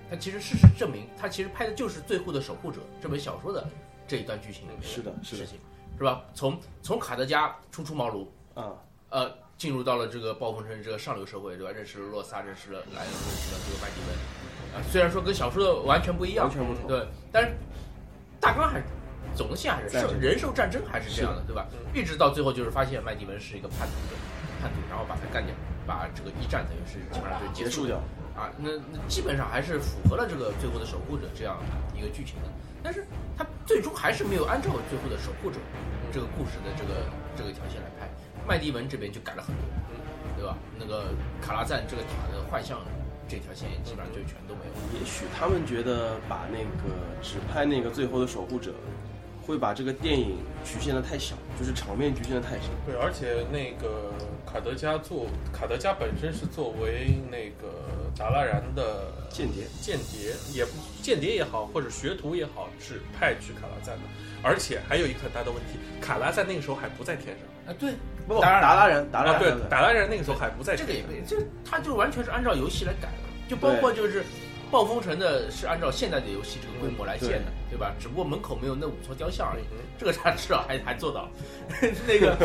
它其实事实证明，它其实拍的就是《最后的守护者》这本小说的这一段剧情里面
是的，是
事
的，
情，是吧？从从卡德加初出茅庐，
啊，
呃，进入到了这个暴风城这个上流社会，对吧？认识了洛萨，认识了莱恩，认识了这个麦迪文，啊，虽然说跟小说的完全不一样
完，全不同。
对，但是大纲还是总线还是
战
受
争
人兽战争还是嗯这样的，对吧？一直到最后就是发现麦迪文是一个叛徒，叛徒，然后把他干掉，把这个一战等于是基本上就
结
结束
束掉，
啊，那那基本上还是符合了这个最后的守护者这样一个剧情的，但是他最终还是没有按照最后的守护者这个故事的这个这个条线来拍。麦迪文这边就改了很多，对吧？那个卡拉赞这个塔的幻象这条线基本上就全都没有。
也许他们觉得把那个只拍那个最后的守护者，会把这个电影局限的太小，就是场面局限的太小。
对，而且那个卡德加作卡德加本身是作为那个达拉然的
间谍
间谍也不间谍也好，或者学徒也好，是派去卡拉赞的。而且还有一个很大的问题，卡拉赞那个时候还不在天上
啊，对，
不，
当然
达拉人，达拉
啊，对
人，，
达拉然那个时候还不在
这
天
个
上。
也被，就是他就完全是按照游戏来改的，就包括就是暴风城的是按照现在的游戏这个规模来建的，对吧？只不过门口没有那五座雕像而已，
嗯
这个他至少还还做到。 那个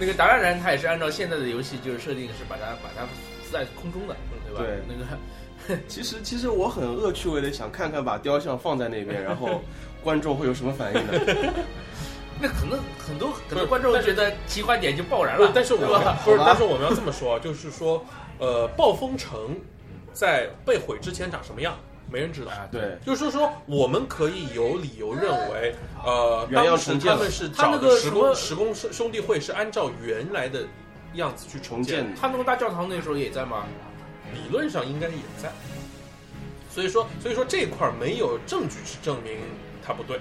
那个达拉然他也是按照现在的游戏就是设定是把它把它浮在空中的，对吧？
对
那个
其实其实我很恶趣味的想看看把雕像放在那边，然后观众会有什么反应呢？
那可能很多很
不
多
是
观众
但是
觉得奇幻点就爆燃
不
了
哎是，，但是我
对吧
们不是
好吧，
但是我们要这么说啊，就是说，呃，暴风城在被毁之前长什么样，没人知道。
啊，
对，
就是说，我们可以有理由认为，呃，
原样
当时
重建
他
了
们是
他
找
那
的
个
十
什么
公十公兄兄弟会是按照原来的样子去重
重
建
建
的，
他那个大教堂那时候也在吗？
理论上应该也在。所以说，所以说这块儿没有证据去证明他不对，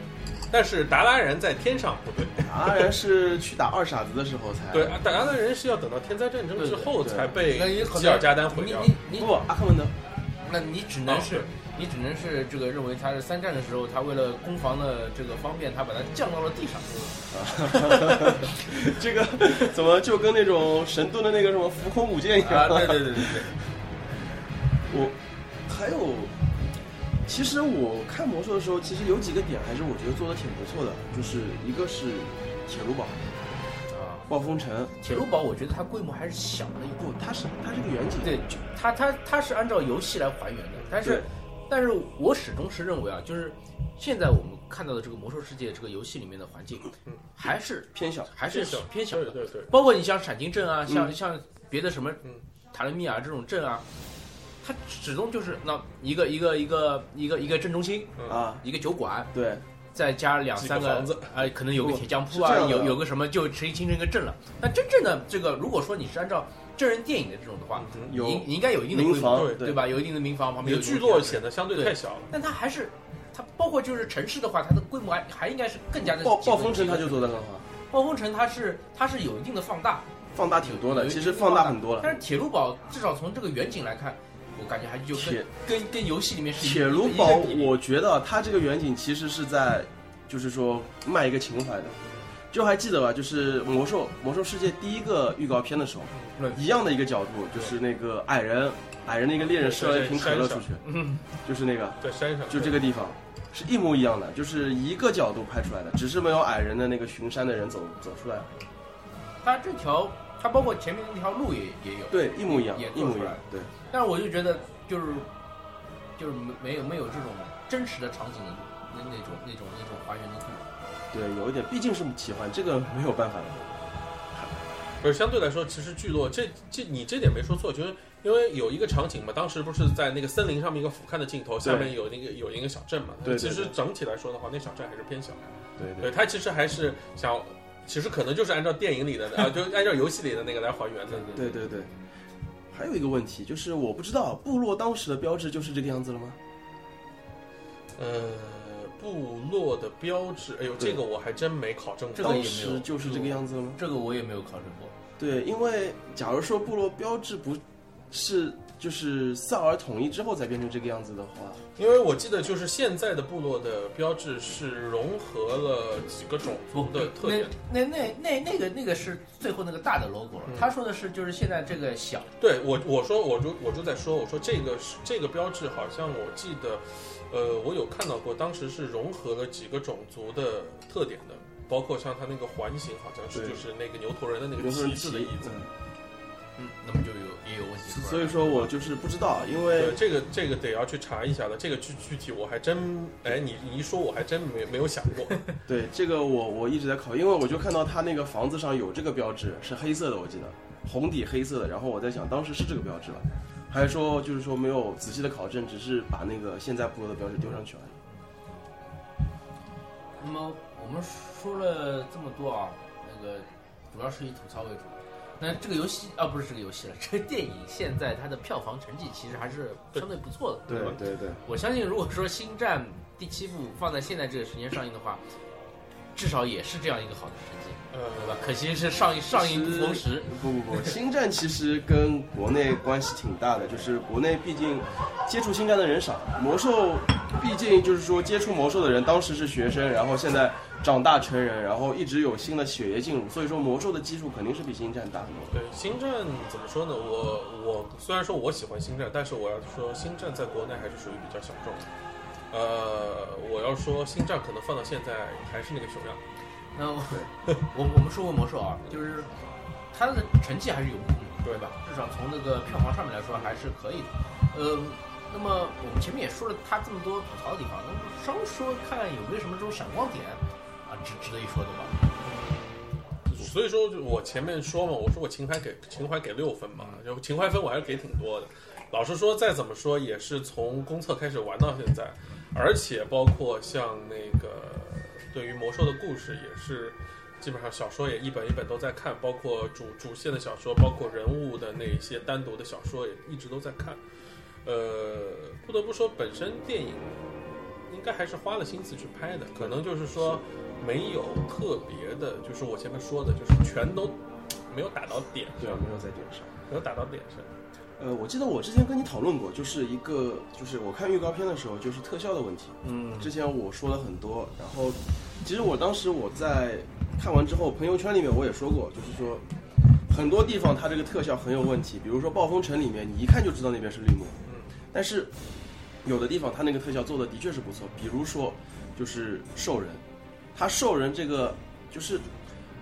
但是达拉人在天上不对，
达拉人是去打二傻子的时候才
啊
对，啊达拉人是要等到天灾战争之
对对
后
对
才被
那你可能
基尔加丹毁
你
掉的。
你你
不，阿克曼德
那你只能是
哦，
你只能是这个认为他是三战的时候，他为了攻防的这个方便，他把它降到了地上。
这个怎么就跟那种神盾的那个什么浮空母舰一样？
啊，对对对对对，
我还有，其实我看魔兽的时候，其实有几个点还是我觉得做的挺不错的，就是一个是铁路堡、
啊，
暴风城，
铁路堡我觉得它规模还是小了一步，
不，它是它是个远景，
对，就它它它是按照游戏来还原的，但是
对
但是我始终是认为啊，就是现在我们看到的这个魔兽世界这个游戏里面的环境
嗯，
还是
偏小，
还是偏小
对
的，
对对，
包括你像闪金镇啊，像、
嗯
像别的什么
嗯
塔勒密亚这种镇啊，它始终就是那一个一个一个一个一个镇中心，
啊，
一个酒馆，
对，
再加两三
几个房子
呃，可能有个铁匠铺
不
啊
是这，样的
有有个什么就形成一个镇了。那真正的这个，如果说你是按照真人电影的这种的话，
嗯
你
有
你应该有一定的规
民
模，
房，
对
对？吧？有一定的民房旁
你
边
的
有
聚
一个小
落
镇
显得相对
对
太小了。
但它还是它包括就是城市的话，它的规模还还应该是更加的
暴
集中
暴风城它就做的很好，
暴风城它是它是有一定的放大，
放大挺多
有
的，
一
其实放大很多了。
但是铁路堡至少从这个远景来看，我感觉还就跟
铁
跟跟游戏里面是一
铁路
一
堡
个比例，
我觉得啊它这个远景其实是在，就是说卖一个情怀的。就还记得吧，就是魔兽魔兽世界第一个预告片的时候，
对
一样的一个角度，就是那个矮人，矮人那个猎人射了一瓶可乐出去，
嗯，
就是那个，
在山上，
就这个地方，是一模一样的，就是一个角度拍出来的，只是没有矮人的那个巡山的人走走出来，
它这条它包括前面那条路也也有，
对，一模一样
也，
一
做
模
出
一
来
样，对，
但是我就觉得就是就是没没有没有这种真实的场景的那那种那种那种还原的度，
对，有一点，毕竟是喜欢这个没有办法的，
不是相对来说，其实聚落这这你这点没说错，就是因为有一个场景嘛，当时不是在那个森林上面一个俯瞰的镜头，下面有那个有一个小镇嘛。
对对
其实
对
整体来说的话，那小镇还是偏小的。
对
对，，它其实还是想，其实可能就是按照电影里的啊，就按照游戏里的那个来还原的。
对对对，还有一个问题就是，我不知道部落当时的标志就是这个样子了吗？
呃，部落的标志，哎呦，
对
这个我还真没考证
这
过。
个也没有
当时就是这个样子了吗？
这个我也没有考证过。
对，因为假如说部落标志不是就是萨尔统一之后才变成这个样子的话，
因为我记得就是现在的部落的标志是融合了几个种族的特点。
那那那那那个那个是最后那个大的 logo 了，
嗯
他说的是就是现在这个小
对我我说我就我就在说我说这个是这个标志好像我记得，呃，我有看到过，当时是融合了几个种族的特点的，包括像他那个环形，好像是
对
就是那个牛头人的那个
有时候
骑
人
士
骑
的椅子。
嗯
嗯，那么就有也有问题出来了。
所以说我就是不知道，因为
对，这个这个得要去查一下的，这个具具体我还真，哎，你你一说我还真没没有想过。
对这个我我一直在考虑，因为我就看到他那个房子上有这个标志，是黑色的，我记得红底黑色的。然后我在想，当时是这个标志吧？还是说就是说没有仔细的考证，只是把那个现在部落的标志丢上去而已？
那么我们说了这么多啊，那个主要是以吐槽为主。那这个游戏啊，不是这个游戏了，这个电影现在它的票房成绩其实还是相对不错的，吧？
对对，
我相信，如果说《星战》第七部放在现在这个时间上映的话，至少也是这样一个好的成绩，对吧
呃，？
可惜是上映上映不逢时，
不不不，星战其实跟国内关系挺大的，就是国内毕竟接触星战的人少，魔兽毕竟就是说接触魔兽的人当时是学生，然后现在长大成人，然后一直有新的血液进入，所以说魔兽的基数肯定是比星战大很多。
对，星战怎么说呢？我我虽然说我喜欢星战，但是我要说星战在国内还是属于比较小众的。呃，我要说星战可能放到现在还是那个熊样。
那我 我我们说过魔兽啊，就是它的成绩还是有目共睹的，对吧？至少从那个票房上面来说还是可以的。呃，那么我们前面也说了它这么多吐槽的地方，那么稍说看看有没有什么这种闪光点啊，值值得一说的吧？
所以说，就我前面说嘛，我说我情怀给情怀给六分嘛，就情怀分我还是给挺多的。老实说，再怎么说也是从公测开始玩到现在，而且包括像那个对于魔兽的故事也是，基本上小说也一本一本都在看，包括主主线的小说，包括人物的那一些单独的小说也一直都在看。呃，不得不说，本身电影应该还是花了心思去拍的，可能就是说没有特别的，就是我前面说的，就是全都没有打到点
对啊
上，，
没有在点上。
没有打到点上。
呃，我记得我之前跟你讨论过，就是一个就是我看预告片的时候，就是特效的问题。
嗯，
之前我说了很多，然后其实我当时我在看完之后，朋友圈里面我也说过，就是说很多地方它这个特效很有问题，比如说暴风城里面，你一看就知道那边是绿幕，但是有的地方它那个特效做的的确是不错，比如说就是兽人，它兽人这个就是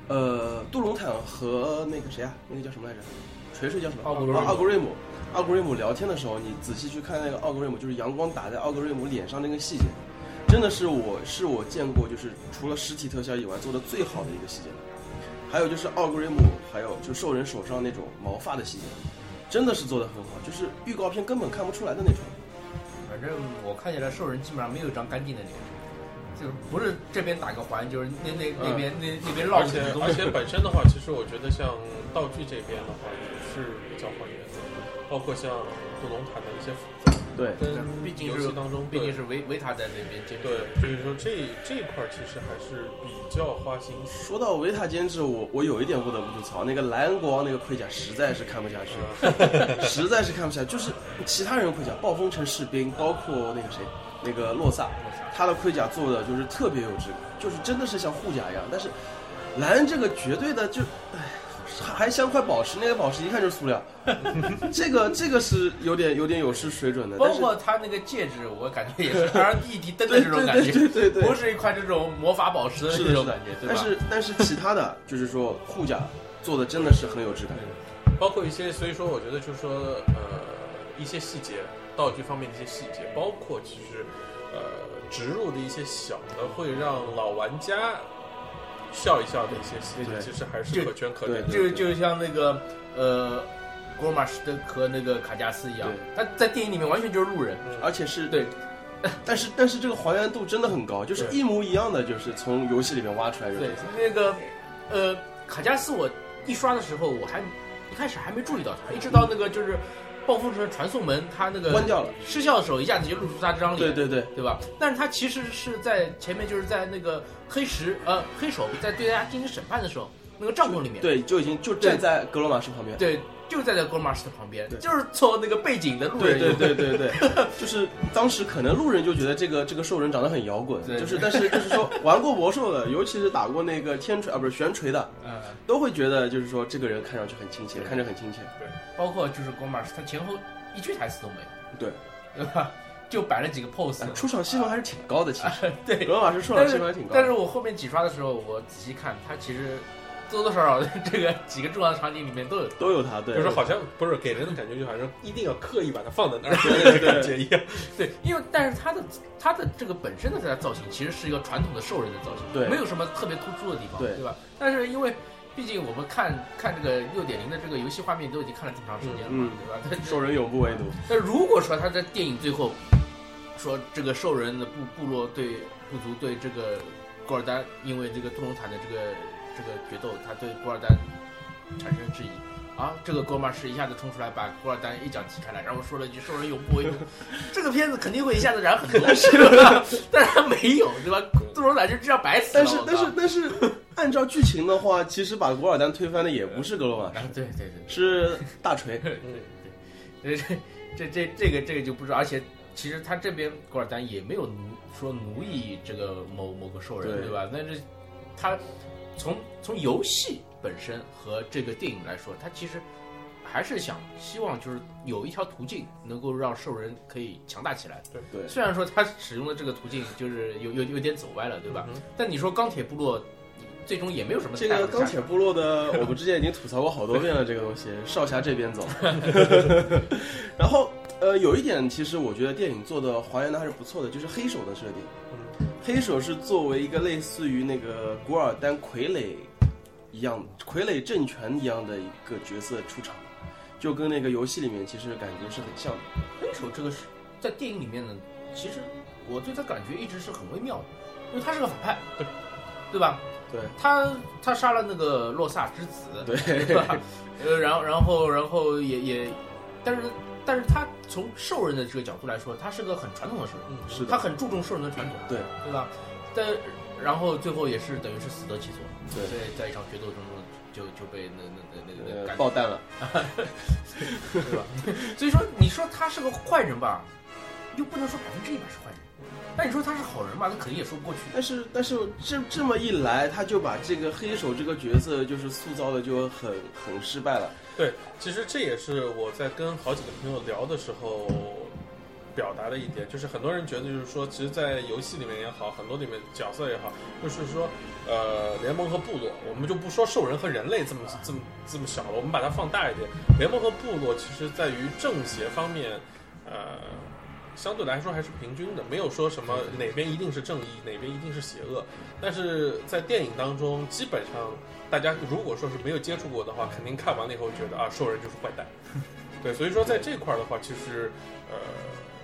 呃杜隆坦和那个谁啊，那个叫什么来着？锤锤叫什么？
奥古瑞姆
啊奥古瑞姆，奥古瑞姆聊天的时候，你仔细去看那个奥古瑞姆，就是阳光打在奥古瑞姆脸上那个细节，真的是我是我见过就是除了实体特效以外做的最好的一个细节了。还有就是奥格瑞姆，还有就兽人手上那种毛发的细节，真的是做的很好，就是预告片根本看不出来的那种。
反正我看起来兽人基本上没有一张干净的脸。就是不是这边打个环，就是那那那边、那那边绕
而
起
且
来的东
而
西。
且本身的话，其实我觉得像道具这边的话也是比较还原的，包括像杜隆塔的一些复杂
对
跟
毕竟
游
是
戏当中，
毕竟是维维塔在那边监督。
对，所以说这这一块儿其实还是比较花心思。
说到维塔监制，我我有一点不得不吐槽，那个莱恩国王那个盔甲实在是看不下
呃
去，实在是看不下去。就是其他人盔甲，暴风城士兵，包括那个谁，那个洛萨，他的盔甲做的就是特别有质感，就是真的是像护甲一样。但是莱恩这个绝对的就，唉，还还像块宝石，那个宝石一看就是塑料。 这个这个是有点有点有失水准的，
包
但是
括他那个戒指，我感觉也是 LED 灯的这种感觉，
对对对对对
不是一块这种魔法宝石的
是
这
的
种
是的
感觉，对吧？
但是但是其他的就是说护甲做的真的是很有质感。
包括一些，所以说我觉得就是说，呃，一些细节，道具方面的一些细节，包括其实，呃，植入的一些小的，会让老玩家笑一笑的一些细节，
对
其实还是可圈可点的。
就就像那个呃，古尔玛什的和那个卡加斯一样，他在电影里面完全就是路人，
而且是
对，
但是但是这个还原度真的很高，就是
对
一模一样的，就是从游戏里面挖出来的。
对，那个呃，卡加斯我一刷的时候，我还一开始还没注意到他，一直到那个就是暴风城传送门，他那个
关掉了。
失效的时候，一下子就露出他这张脸，
对对对，
对吧？但是他其实是在前面，就是在那个黑石呃黑手在对他进行审判的时候，那个帐篷里面，
对，就已经就站在格罗马什旁边。
对，就在那格马斯的旁边
对，
就是做那个背景的路
对
人，
对对对对，对 就是当时可能路人就觉得这个这个兽人长得很摇滚，
对
就是但是就是说玩过魔兽的，尤其是打过那个天锤啊不是悬锤的，
嗯，
都会觉得就是说这个人看上去很亲切，看着很亲切。
包括就是格马斯，他前后一句台词都没有，
对，哎
对吧？就摆了几个 pose，
啊出场戏份还是挺高的，其实
对。
罗马是出场
但
戏
是
份还挺高
但是
的。
我后面几刷的时候，我仔细看，它其实多多少少 的这个几个重要的场景里面都有。
都有他，对，
就是好像不是给人的感觉，就好像一定要刻意把它放在那 儿的感觉一样。
对，因为但是它的它的这个本身的它的造型其实是一个传统的兽人的造型，
对
没有什么特别突出的地方，
对
对吧？但是因为毕竟我们看看这个六点零的这个游戏画面都已经看了挺长时间了嘛，
嗯嗯
对吧？但是
兽人永不为奴，
但如果说他在电影最后说这个兽人的部部落对部族对这个古尔丹，因为这个杜隆坦的这个这个决斗，他对古尔丹产生质疑。啊，这个哥们儿是一下子冲出来，把古尔丹一脚踢开来，然后说了一句“兽人永不为奴”，这个片子肯定会一下子燃很 多，是吧？但是他没有，对吧？杜隆坦就这样白死了。
但是
我靠
但是，但是，按照剧情的话，其实把古尔丹推翻的也不是格罗马，
啊，对对对，
是大锤。
嗯
这这这这个这个就不知道，而且其实他这边古尔丹也没有奴说奴役这个某某个兽人，
对
对吧？但是他从从游戏本身和这个电影来说，他其实还是想希望就是有一条途径能够让兽人可以强大起来。
对，
虽然说他使用的这个途径就是有有有点走歪了，对吧？但你说钢铁部落最终也没有什么
嗯这
太大
个
的
钢铁部落的，我们之前已经吐槽过好多遍了，这个东西，少侠这 边走。 然后，呃，有一点其实我觉得电影做的还原的还是不错的，就是黑手的设
嗯
定。黑手是作为一个类似于那个古尔丹傀儡一样、傀儡政权一样的一个角色出场，就跟那个游戏里面其实感觉是很像的。
黑手这个是在电影里面呢，其实我对他感觉一直是很微妙的，因为他是个反派，对对吧？
对
他他杀了那个洛萨之子，
对，
对吧？呃，然后然后然后也也，但是但是他从兽人的这个角度来说，他是个很传统的兽人，
嗯，
是
他
的，
很注重兽人的传统，
对
对吧？但然后最后也是等于是死得其所，
对
在在一场决斗中就就被那那那那那
呃
个
爆弹了。
对吧？所以说，你说他是个坏人吧，又不能说百分之一百是坏人；但你说他是好人吧，那肯定也说不过去。
但是但是这这么一来，他就把这个黑手这个角色就是塑造的就很很失败了。
对，其实这也是我在跟好几个朋友聊的时候表达的一点，就是很多人觉得就是说，其实，在游戏里面也好，很多里面角色也好，就是说，呃，联盟和部落，我们就不说兽人和人类这么这么这么小了，我们把它放大一点，联盟和部落其实在于正邪方面，呃。相对来说还是平均的，没有说什么哪边一定是正义，哪边一定是邪恶。但是在电影当中，基本上大家如果说是没有接触过的话，肯定看完了以后觉得啊，兽人就是坏蛋。 对，所以说在这块儿的话，其实呃，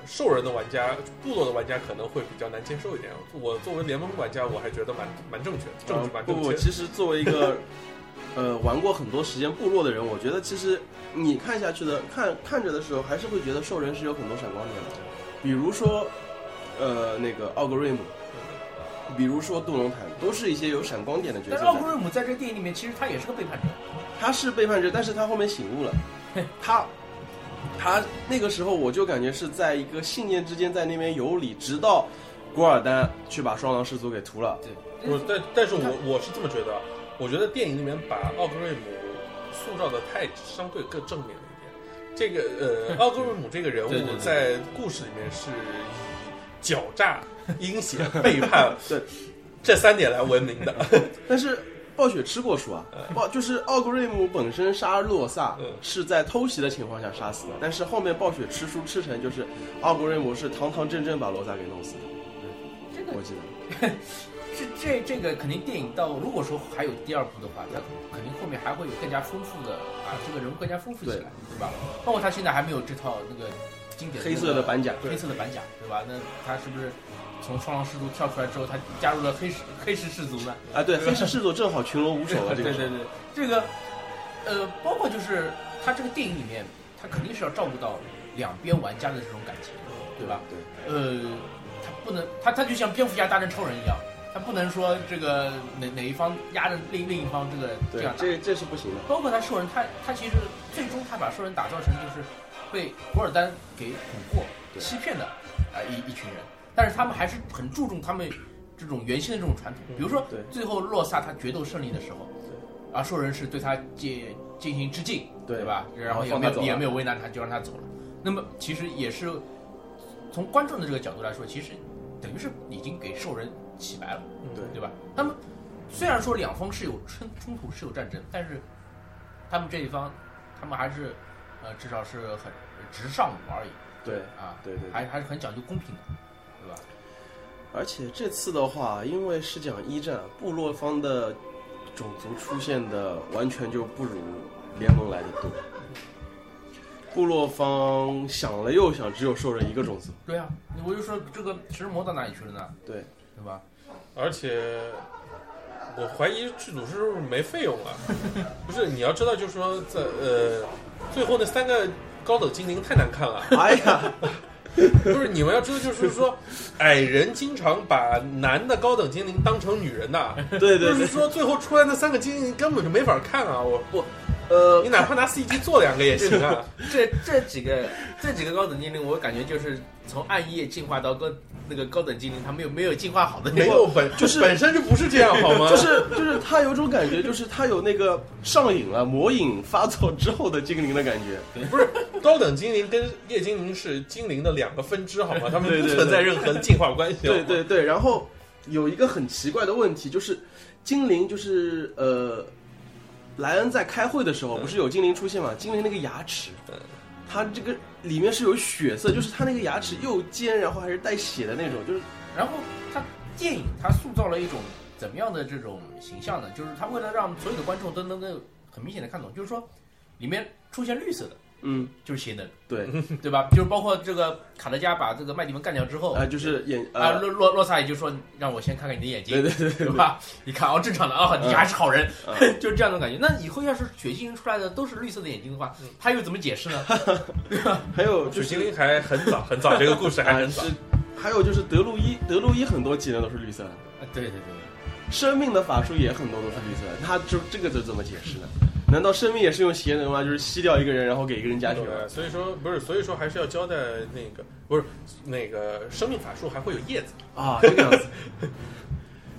兽人的玩家、部落的玩家可能会比较难接受一点。我作为联盟玩家，我还觉得蛮蛮正确的，政治
呃
蛮
不
正
不，
确的。
其实作为一个 呃玩过很多时间部落的人，我觉得其实你看下去的看看着的时候，还是会觉得兽人是有很多闪光点的，比如说呃那个奥格瑞姆，比如说杜隆坦，都是一些有闪光点的角
但是
色
奥
在
格。瑞姆在这个电影里面，其实他也是个背叛者，
他是背叛者，但是他后面醒悟了，他他那个时候我就感觉是在一个信念之间在那边游离，直到古尔丹去把双狼氏族给屠了。
对，
我但但是我我是这么觉得，啊我觉得电影里面把奥格瑞姆塑造的太相对更正面了一点。这 个呃，奥格瑞姆这个人
对对对
物在故事里面是以狡诈、阴险、背叛
对
这三点来闻名的。
但是暴雪吃过书啊，暴就是奥格瑞姆本身杀洛萨
嗯
是在偷袭的情况下杀死的，但是后面暴雪吃书吃成就是奥格瑞姆是堂堂正正把罗萨给弄死的，
这个
我记得。
这这这个肯定电影到如果说还有第二部的话，他肯定后面还会有更加丰富的啊，这个人物更加丰富起来，对吧？包括他现在还没有这套那个经典的
黑色的板甲，
对
黑色的板甲，对吧？那他是不是从双狼氏族跳出来之后，他加入了黑石黑石氏族呢？
啊，对，黑石氏族正好群龙无首 啊，这
对
个
对对，这个呃，包括就是他这个电影里面，他肯定是要照顾到两边玩家的这种感情，对吧？
对，
呃，他不能，他他就像蝙蝠侠大战超人一样，他不能说这个哪哪一方压着另另一方这个这
对
样，打。
这这是不行的。
包括他兽人，他他其实最终他把兽人打造成就是被古尔丹给蛊惑、
对
欺骗的啊、一一群人，但是他们还是很注重他们这种原先的这种传统。比如说
对
最后洛萨他决斗胜利的时候，啊，兽人是对他进进行致敬，
对
吧？
然
然
后
后也
放
没
他走
有
了
也没有为难他，就让他走了。那么其实也是从观众的这个角度来说，其实等于是已经给兽人洗白了，
嗯
对
对吧？他们虽然说两方是有冲冲突，是有战争，但是他们这一方，他们还是呃至少是很直上武而已
对
啊，
对对对。
还还是很讲究公平的，对吧？
而且这次的话，因为是讲一战，部落方的种族出现的完全就不如联盟来的多。部落方想了又想，只有兽人一个种族。
对啊，我就说这个食人魔到哪里去了呢？
对，
对吧？
而且我怀疑剧组是不是没费用啊？ 不是，你要知道，就是说在呃，最后那三个高等精灵太难看了。
哎呀，
不是，你们要知道，就是 说，矮人经常把男的高等精灵当成女人呐。
对对
就是
对，
说，最后出来那三个精灵根本就没法看啊！我
呃
你，哪怕拿 CG 做两个也 行啊。
这这几个这几个高等精灵，我感觉就是从暗夜进化到高那个高等精灵，他没有没有进化好的那
没
个。
有本就是本身就不是这样好 吗？
就是就是他有种感觉，就是他有那个上瘾了、魔瘾发作之后的精灵的感觉。
不是高等精灵跟夜精灵是精灵的两个分支好吗？ 他们
对
不
对
存在
对
任何的进化关系。
对对对，然后有一个很奇怪的问题，就是精灵，就是呃，莱恩在开会的时候，不是有精灵出现嘛？精灵那个牙齿
对，
它这个里面是有血色，就是它那个牙齿又尖，然后还是带血的那种，就是
然后他电影他塑造了一种怎么样的这种形象呢？就是他为了让所有的观众都能够很明显的看懂，就是说里面出现绿色的
嗯，
就是邪能，
对，
对吧？就是包括这个卡德加把这个麦迪文干掉之 后。
啊、就是眼
啊，
啊，
洛洛洛萨也就说让我先看看你的眼睛，
对对对对
对嗯吧？你看哦，正常的啊、你还是好人，
啊
就是这样的感觉。那以后要是血精灵出来的都是绿色的眼睛的话，他又怎么解释 呢？啊
还有就
水
是
精灵还很早很早，这个故事还
啊
很 早
是。，还有就是德路伊，德路伊很多技能都是绿色的，
啊对对对对，
生命的法术也很多都是绿色的，他就这个就怎么解释呢？难道生命也是用邪能吗？就是吸掉一个人，然后给一个人加血吗？
对，所以说不是，所以说还是要交代那个不是那个生命法术还会有叶子，
啊，这个样子。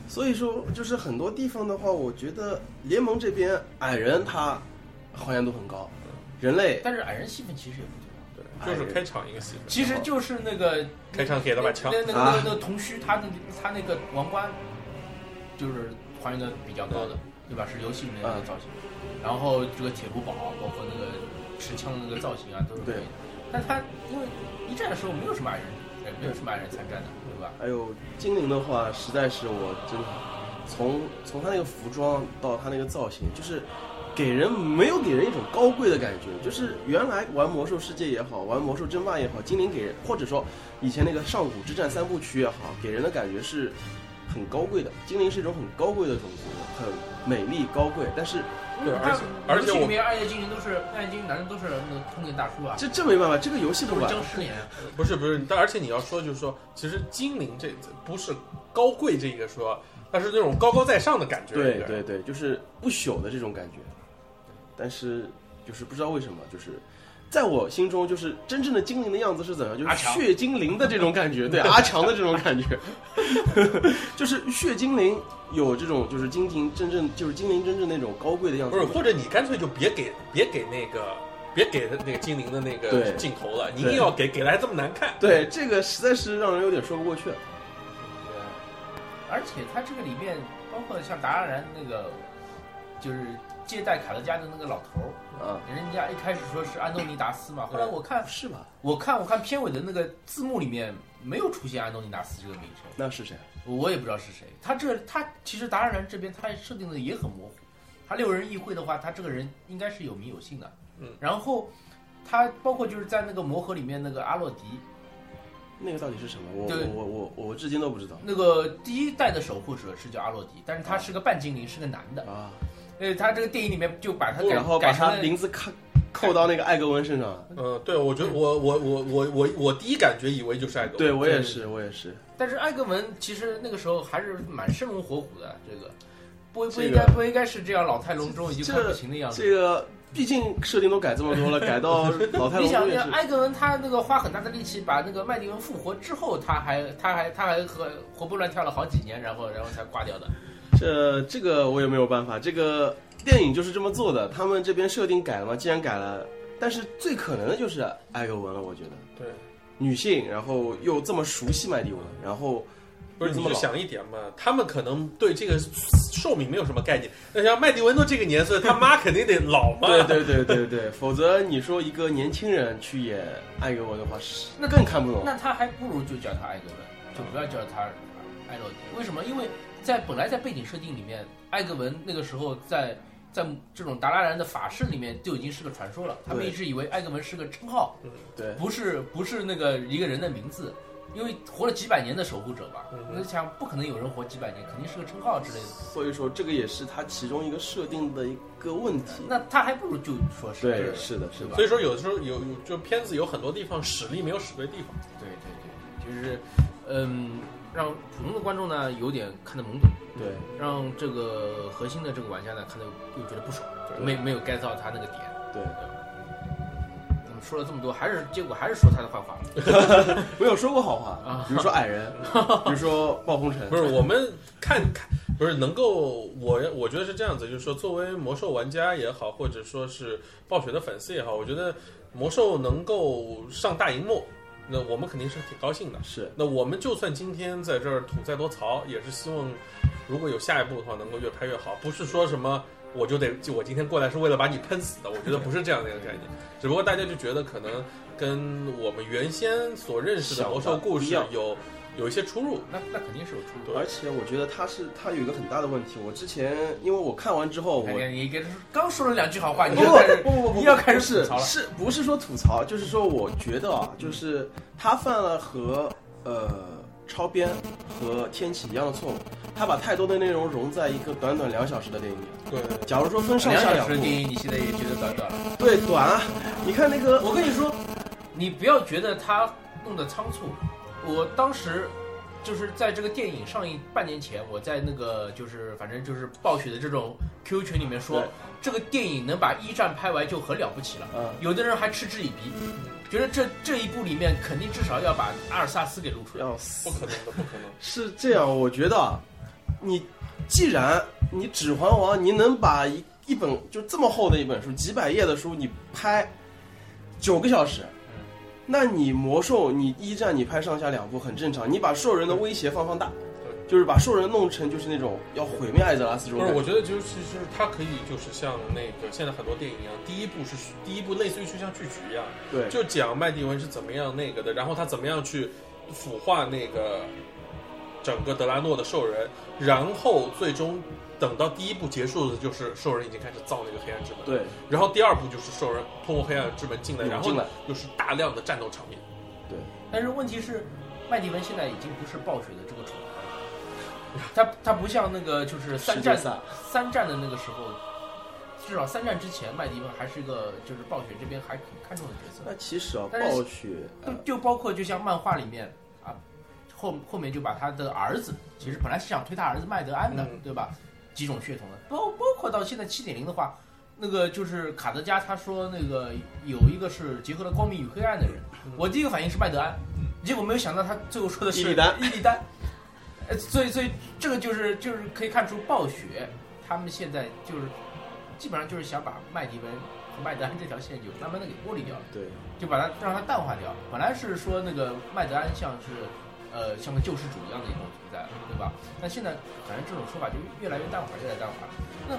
所以说，就是很多地方的话，我觉得联盟这边矮人他好像都很高，人类
但是矮人戏份其实也不多，
对，
哎
就是开场一个戏份。
其实就是那个
开场给了把枪
那，那
啊
那那那个铜须，他那他那个王冠，就是还原的比较高的，对嗯吧？是游戏里面的那个造型。然后这个铁骨堡，包括那个持枪的那个造型啊，都是可以的
对。
但他因为一战的时候没有什么矮人，哎，没有什么矮人参战的，对吧？
还有精灵的话，实在是我真的从从他那个服装到他那个造型，就是给人没有给人一种高贵的感觉。就是原来玩魔兽世界也好，玩魔兽争霸也好，精灵给人或者说以前那个上古之战三部曲也好，给人的感觉是很高贵的。精灵是一种很高贵的种族，很美丽高贵，但是
对而且
但
而且
游戏
我
里面暗夜精灵都是暗夜精灵，男人都是那个通灵大叔啊，
这这没办法，这个游戏的
都是
玩
僵尸脸。
不是不是，但而且你要说就是说，其实精灵这不是高贵这个说，但是那种高高在上的感觉。
对对对，就是不朽的这种感觉。但是就是不知道为什么，就是在我心中，就是真正的精灵的样子是怎样，就
阿
是
强
血精灵的这种感觉， 对阿强的这种感觉， 就是血精灵有这种就是精灵真正就是精灵真正那种高贵的样
不
子。
是，或者你干脆就别给别给那个别给那个精灵的那个
对
镜头了，你
对
硬要给给来这么难看。
对这个实在是让人有点说不过去。
而且他这个里面包括像达拉然那个，就是接待卡德加的那个老头儿。
啊，
人家一开始说是安东尼达斯嘛，后来我看，
是吧？
我看，我看片尾的那个字幕里面没有出现安东尼达斯这个名称，
那是谁？
我也不知道是谁。他这他其实达尔然这边他设定的也很模糊，他六人议会的话，他这个人应该是有名有姓的。
嗯，
然后他包括就是在那个魔盒里面那个阿洛迪，
那个到底是什么？我
对
我我我我至今都不知道
那个第一代的守护者是叫阿洛迪，但是他是个半精灵，是个男的。
啊。
呃，他这个电影里面就把他改
然后
改
把
成
他
了
名字扣扣到那个艾格文身上了。
呃，对，我觉得我我我我我我第一感觉以为就是爱狗。
对我也是，我也是。
但是艾格文其实那个时候还是蛮生龙活虎的，这个不不
这
应
个
该、不应该是这样老态龙钟已经
这
看不清的样子。
这个毕竟设定都改这么多了，改到 老太
你
龙
想，
宫也
那
是。
艾格文他那个花很大的力气把那个麦迪文复活之后，他还他还他还和活蹦乱跳了好几年，然后然后才挂掉的。
这呃这个我也没有办法，这个电影就是这么做的。他们这边设定改了嘛，既然改了，但是最可能的就是艾格文了，我觉得。
对，
女性，然后又这么熟悉麦迪文，然后
不是，
这
你
么
就
老
想一点嘛，他们可能对这个寿命没有什么概念。那像麦迪文都这个年岁，他妈肯定得老嘛。
对对对对对，否则你说一个年轻人去演艾格文的话，是
那
更看不懂。
那他还不如就叫他艾格文，就不要叫他艾洛迪。为什么？因为在本来在背景设定里面，艾格文那个时候在在这种达拉然的法式里面就已经是个传说了。他们
对
一直以为艾格文是个称号，
对，
不是不是那个一个人的名字。因为活了几百年的守护者嘛，
嗯
我就想不可能有人活几百年，肯定是个称号之类的。
所以说这个也是他其中一个设定的一个问题。
那他还不如就说是
对，是的，
是吧
所以说，有的时候有有就片子有很多地方使力没有使对地方。
对对对，就是嗯，让普通的观众呢有点看得懵懂。
对，
让这个核心的这个玩家呢看到又觉得不爽，
对
没没有 get 到他那个点。
对，
我们说了这么多，还是结果还是说他的坏话了。
我有说过好话
啊，
比如说矮 人，比如说暴风城，
不是我们看看，不是能够我我觉得是这样子，就是说作为魔兽玩家也好，或者说是暴雪的粉丝也好，我觉得魔兽能够上大荧幕，那我们肯定是挺高兴的。
是
那我们就算今天在这儿吐再多槽，也是希望如果有下一步的话，能够越拍越好，不是说什么。我就得，就我今天过来是为了把你喷死的，我觉得不是这样的一个概 念，只不过大家就觉得可能跟我们原先所认识的魔兽故
想
事
法不一
有有一些出入，
那那肯定是有出入。
而且我觉得他是他有一个很大的问题。我之前因为我看完之后，我
哎呀，你跟刚说了两句好话，
不
你就开始
不不不不，
你要开始
是
吐槽了
是不是说吐槽？就是说，我觉得啊，就是他犯了和呃超编和天启一样的错误，他把太多的内容融在一个短短两小时的电影里。
对，
假如说分上
两
下
小
两
时
部
的，电影，你现在也觉得短短了。
对，短啊。你看那个，
我跟你说，你不要觉得他弄得仓促。我当时就是在这个电影上映半年前，我在那个就是反正就是暴雪的这种 QQ 群里面说
对，
这个电影能把一战拍完就很了不起了。
嗯，
有的人还嗤之以鼻，觉得这这一部里面肯定至少要把阿尔萨斯给露出来。
要死
不。可能的，不可能。
是这样，我觉得啊，你既然你《指环王》，你能把一一本就这么厚的一本书，几百页的书，你拍九个小时，那你魔兽，你一战你拍上下两部很正常，你把兽人的威胁放放大，就是把兽人弄成就是那种要毁灭艾泽拉斯这种
不是，
感
我
觉。
觉得就是就是它可以就是像那个现在很多电影一样，第一部是第一部类似于就像剧集一样，
对，
就讲麦迪文是怎么样那个的，然后他怎么样去腐化那个整个德拉诺的兽人，然后最终等到第一部结束的就是兽人已经开始造那个黑暗之门，，
对，
然后第二部就是兽人通过黑暗之嗯门进来，然
涌
后
进来，
又是大量的战斗场面，
但是问题是，麦迪文现在已经不是暴雪的这个宠儿 了，他他不像那个就是三战
世界赛
三战的那个时候，至少三战之前，麦迪文还是一个就是暴雪这边还很看重的角色。
那其实啊，
但是
暴雪，
就
呃
就包括就像漫画里面啊，后后面就把他的儿子，其实本来是想推他儿子麦德安的，
嗯
对吧？几种血统的，包
嗯
包括到现在七点零的话，那个就是卡德加他说那个有一个是结合了光明与黑暗的人，我第一个反应是麦德安，结果没有想到他最后说的是
嗯伊利丹
伊利丹，呃，所以所以这个就是就是可以看出暴雪他们现在就是基本上就是想把麦迪文和麦德安这条线就慢慢的给剥离掉了。
对，
就把它让它淡化掉。本来是说那个麦德安像是，呃，像个救世主一样的一种存在，对吧？但现在反正这种说法就越来越淡化，越来越淡化。那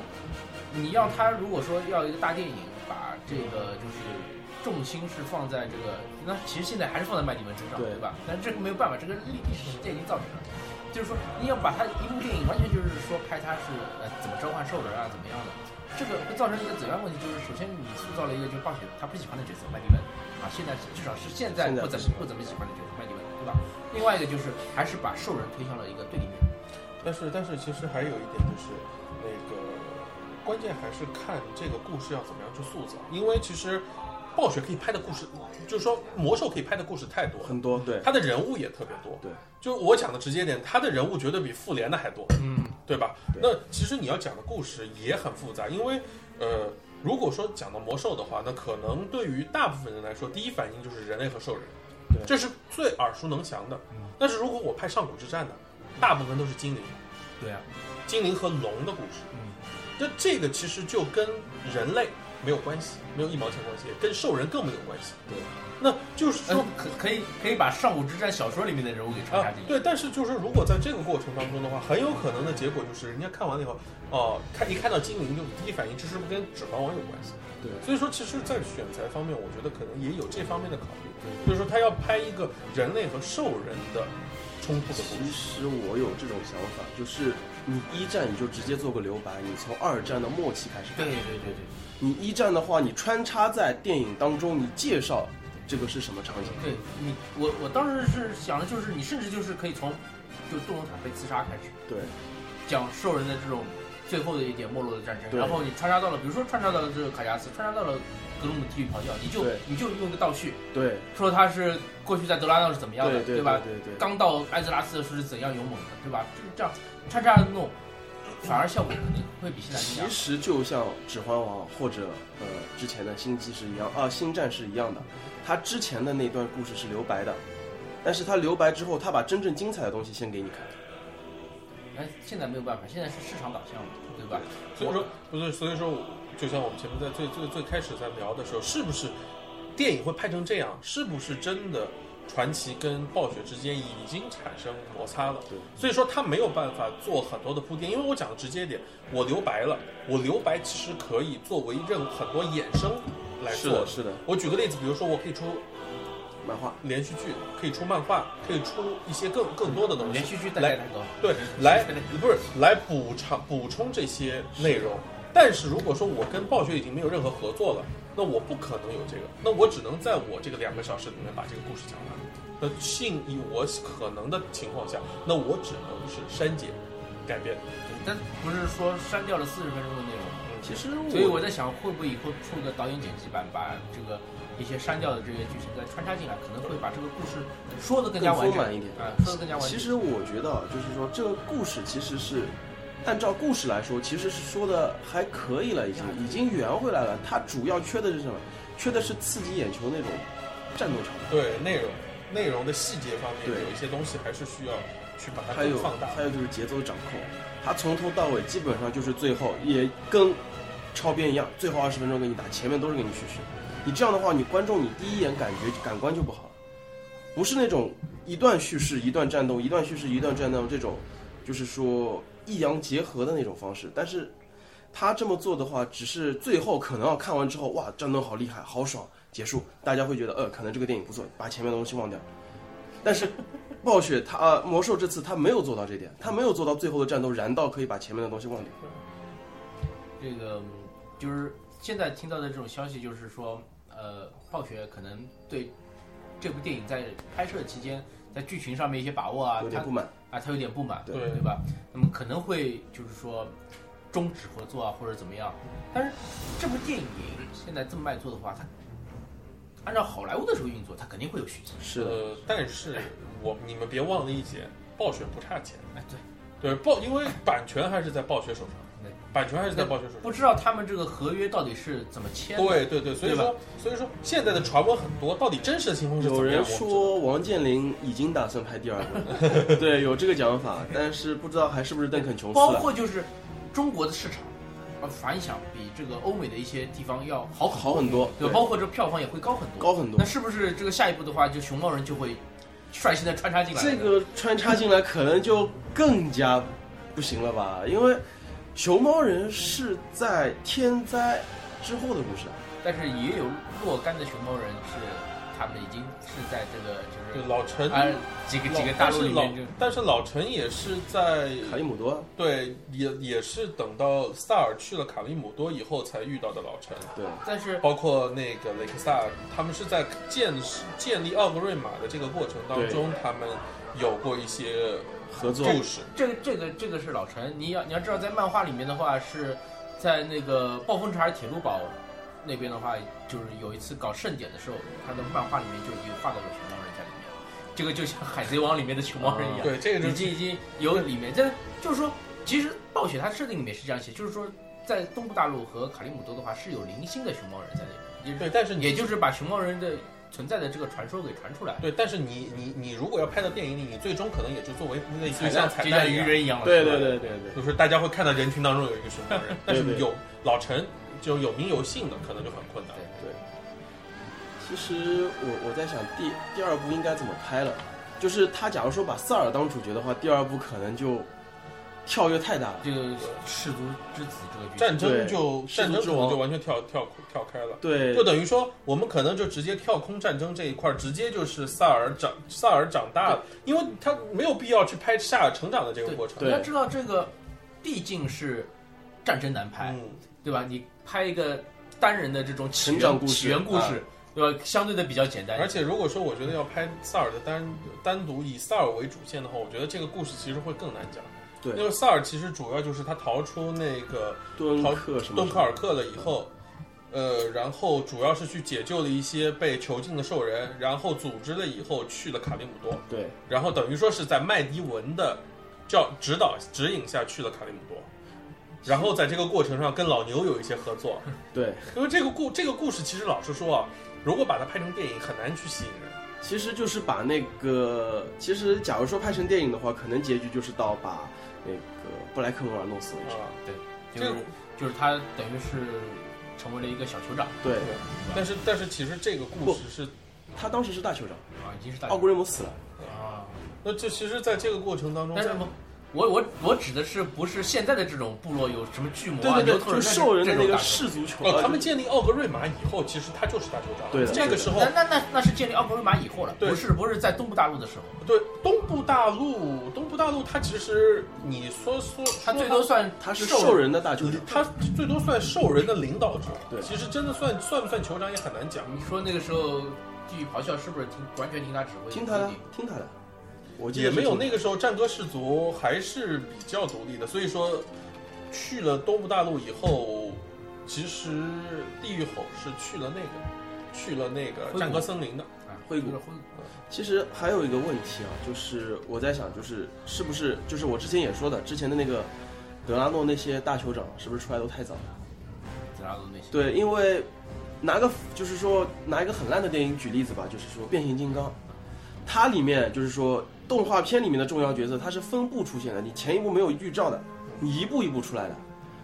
你要他如果说要一个大电影，把这个就是重心是放在这个，那其实现在还是放在麦迪文身上，
对
对吧？但是这个没有办法，这个历历史事件已经造成了。就是说，你要把它一部电影完全就是说拍它是呃怎么召唤兽人啊，怎么样的，这个会造成一个怎样的问题？就是首先你塑造了一个就是暴雪他不喜欢的角色麦迪文啊，现在至少是现在
现在
不怎
不
么
喜
不怎么喜欢
欢
的角色麦迪文，对吧？另外一个就是还是把兽人推向了一个对立面。
但是但是其实还有一点就是，那个关键还是看这个故事要怎么样去塑造，因为其实暴雪可以拍的故事，就是说魔兽可以拍的故事太多了，
很多对，
他的人物也特别多。
对，
就我讲的直接点，他的人物绝对比复联的还多，
嗯，
对吧？
对
那其实你要讲的故事也很复杂，因为呃，如果说讲到魔兽的话，那可能对于大部分人来说，第一反应就是人类和兽人，
对嗯
这是最耳熟能详的。但是如果我拍上古之战呢，大部分都是精灵。
对啊，
精灵和龙的故事
嗯。
那这个其实就跟人类没有关系，没有一毛钱关系，跟兽人更没有关系。
对，
那就是说
呃，可可以可以把《上古之战》小说里面的人物给穿插
啊
进，去。
对，但是就是如果在这个过程当中的话，很有可能的结果就是人家看完了以后，哦、看一看到精灵就第一反应，这是不是跟指环王有关系？
对
所以说其实，在选材方面，我觉得可能也有这方面的考虑，就是说他要拍一个人类和兽人的冲突的故
其
事。
实我有这种想法，就是你一战你就直接做个留白，你从二战的末期开始
对
看。
对对对
你一战的话，你穿插在电影当中，你介绍这个是什么场景。
对，你我我当时是想的就是，你甚至就是可以从就杜隆塔被刺杀开始，
对，
讲兽人的这种最后的一点没落的战争，
对
然后你穿插到了，比如说穿插到了这个卡加斯，穿插到了格鲁姆地狱咆哮，你就
对
你就用一个倒叙，
对，
说他是过去在德拉纳是怎么样的，
对，对，嗯
吧？
对，对，
刚到艾泽拉斯的时候是怎样勇猛的，对吧？就是这样叉叉的弄，反而效果肯定会比现在
其
更佳。
实就像《指环王》或者呃之前的《星际》是一样啊，《星战》是一样的，它之前的那段故事是留白的，但是它留白之后，它把真正精彩的东西先给你看。
但现在没有办法，现在是市场导向嘛，对吧？
所以说，不是，所以说，我就像我们前面在最最最开始在聊的时候，是不是电影会拍成这样？是不是真的传奇跟暴雪之间已经产生摩擦了？
对，
所以说他没有办法做很多的铺垫，因为我讲的直接一点，我留白了，我留白其实可以作为任很多衍生来
是
做
的，。是的，
我举个例子，比如说我可以出
漫画
连续剧，可以出漫画，可以出一些更更多的东西，
连续剧代
来
代太高，
对，来不是来补偿补充这些内容。但是如果说我跟暴雪已经没有任何合作了，那我不可能有这个，那我只能在我这个两个小时里面把这个故事讲完。那尽以我可能的情况下，那我只能是删减、改变。
对但不是说删掉了四十分钟的内容，
嗯其实
所以
我
我在想，会不会以后出个导演剪辑版，把这个一些删掉的这些剧情再穿插进来，可能会把这个故事说的更加完
丰
整
满一点。
啊，说的更加完整。
其实我觉得啊，就是说这个故事其实是，按照故事来说，其实是说的还可以了，已经已经圆回来了。它主要缺的是什么？缺的是刺激眼球那种战斗场面，
对内容、内容的细节方面，
对
有一些东西还是需要去把它
还有
更放大。
还有就是节奏掌控，它从头到尾基本上就是最后也跟超编一样，最后二十分钟给你打，前面都是给你叙事。你这样的话，你观众你第一眼感觉感官就不好了，不是那种一段叙事一段战斗，一段叙事一段战斗这种，就是说抑扬结合的那种方式。但是他这么做的话，只是最后可能要看完之后，哇，战斗好厉害，好爽，结束，大家会觉得呃，可能这个电影不错，把前面的东西忘掉。但是暴雪他、呃魔兽这次他没有做到这点，他没有做到最后的战斗燃到可以把前面的东西忘掉。
这个嗯就是现在听到的这种消息，就是说，呃，暴雪可能对这部电影在拍摄期间，在剧情上面一些把握啊
有，点
他
不满，
啊，他有点不满，
对
对吧？那么可能会就是说终止合作啊，或者怎么样。但是这部电影现在这么卖座的话，它按照好莱坞的时候运作，它肯定会有续集。
是的，
呃，但是我你们别忘了一点，暴雪不差钱。
哎，对，
对暴，因为版权还是在暴雪手上
对，
版权还是在暴雪手
嗯
上。
不知道他们这个合约到底是怎么签的。
对对对，所以
对
说所以说现在的传闻很多，到底真实的情
呃
况是怎
有
么样？
人说王健林已经打算拍第 二部，对，有这个讲法，但是不知道还是不是邓肯啊琼斯
包
了。
括就是中国的市场，呃，反响比这个欧美的一些地方要好很
好很多，
对，包括这票房也会高很多。
高很多
那。是不是这个下一步的话，就熊猫人就会率先的穿插进来？
哎这个穿插进来可能就更加不行了吧，因为熊猫人是在天灾之后的故事啊，
但是也有若干的熊猫人是他们已经是在这个
对
就
老陈
是啊几个几个
老
大陆里
但
面
是
就
老但是老陈也是在
卡伊姆多啊，
对也也是等到萨尔去了卡利姆多以后才遇到的老陈。
对，
但是
包括那个雷克萨尔，他们是在建建立奥格瑞玛的这个过程当中，他们有过一些
合作
故事。
这个这个这个是老陈，你要你要知道，在漫画里面的话是在那个暴风城还是铁路堡那边的话，就是有一次搞盛典的时候，他的漫画里面就已经画到了熊猫人在里面，这个就像海贼王里面的熊猫人一样，
哦对，这个
已
就是
经已经有里面，这就是说，其实暴雪它设定里面是这样写，就是说在东部大陆和卡利姆多的话是有零星的熊猫人在里面，
对，但是
也
你
也就是把熊猫人的存在的这个传说给传出来，
对，但是你你你如果要拍到电影里，你最终可能也就作为类似于
就
像
像
彩
就
蛋
像
一
鱼
样，
人一样了，
对
是吧
对对对对，
就是大家会看到人群当中有一个熊猫人，但是
对对
有老陈就有名有姓的，可能就很困难。
其实我我在想第第二部应该怎么拍了，就是他假如说把塞尔当主角的话，第二部可能就跳跃太大了。
这个赤足之子这个剧情
战争
对
就
世
战
俗
争
之
可能
王
就完全跳跳跳开了。
对
就，等于说，我们可能就直接跳空战争这一块儿，直接就是萨尔长萨尔长大了，因为他没有必要去拍萨尔成长的这个过程。
对
你要知道这个毕竟是战争难拍，
嗯，
对吧？你拍一个单人的这种起
成长
源
故事啊
起源故事，对吧？相对的比较简单，
而且如果说我觉得要拍萨尔的单单独以萨尔为主线的话，我觉得这个故事其实会更难讲。
对
因为萨尔其实主要就是他逃出那个
敦
逃
刻什么
敦刻尔克了以后，呃，然后主要是去解救了一些被囚禁的兽人，然后组织了以后去了卡利姆多，
对，
然后等于说是在麦迪文的教指导指引下去了卡利姆多，然后在这个过程上跟老牛有一些合作，
对，
因为这个故这个故事其实老实说啊，如果把它拍成电影很难去吸引人。
其实就是把那个，其实假如说拍成电影的话，可能结局就是到把那个布莱克摩尔弄死为止。
啊，
就是、
这个
就是他等于是成为了一个小酋长
对，
但是但是其实这个故事是，
他当时是大酋长，
啊，已经是大
奥古瑞姆死了。
啊。
那这其实在这个过程当中，
但是我我我我指的是不是现在的这种部落有什么巨魔啊、
对对
牛
对，
头
就
人
兽人的
这
那
种
个
打斗
氏族酋，
呃，
呃
他们建立奥格瑞玛以后，其实他就是大酋长。
对的
这个时候
那，那那那是建立奥格瑞玛以后了，
对
不是不是在东部大陆的时候，
对东部大陆，东部大陆，它其实你说说，
他最多算
他是
兽
兽人的大酋长。
他最多算兽人的领导者。
对
其实真的算算不算酋长也很难讲。
你说那个时候地狱咆哮是不是听完全听他指挥？
听他的
不一定，
听他的。我记得
也没有
是
那个时候战歌氏族还是比较独立的，所以说去了东部大陆以后，其实地狱吼是去了那个去了那个战歌森林的。
啊
灰谷
就是灰
其实还有一个问题啊，就是我在想，就是是不是就是我之前也说的，之前的那个德拉诺那些大酋长是不是出来都太早了？
紫拉族那些。
对，因为拿个就是说拿一个很烂的电影举例子吧，就是说变形金刚，它里面就是说动画片里面的重要角色，它是分部出现的，你前一部没有预兆的，你一步一步出来的，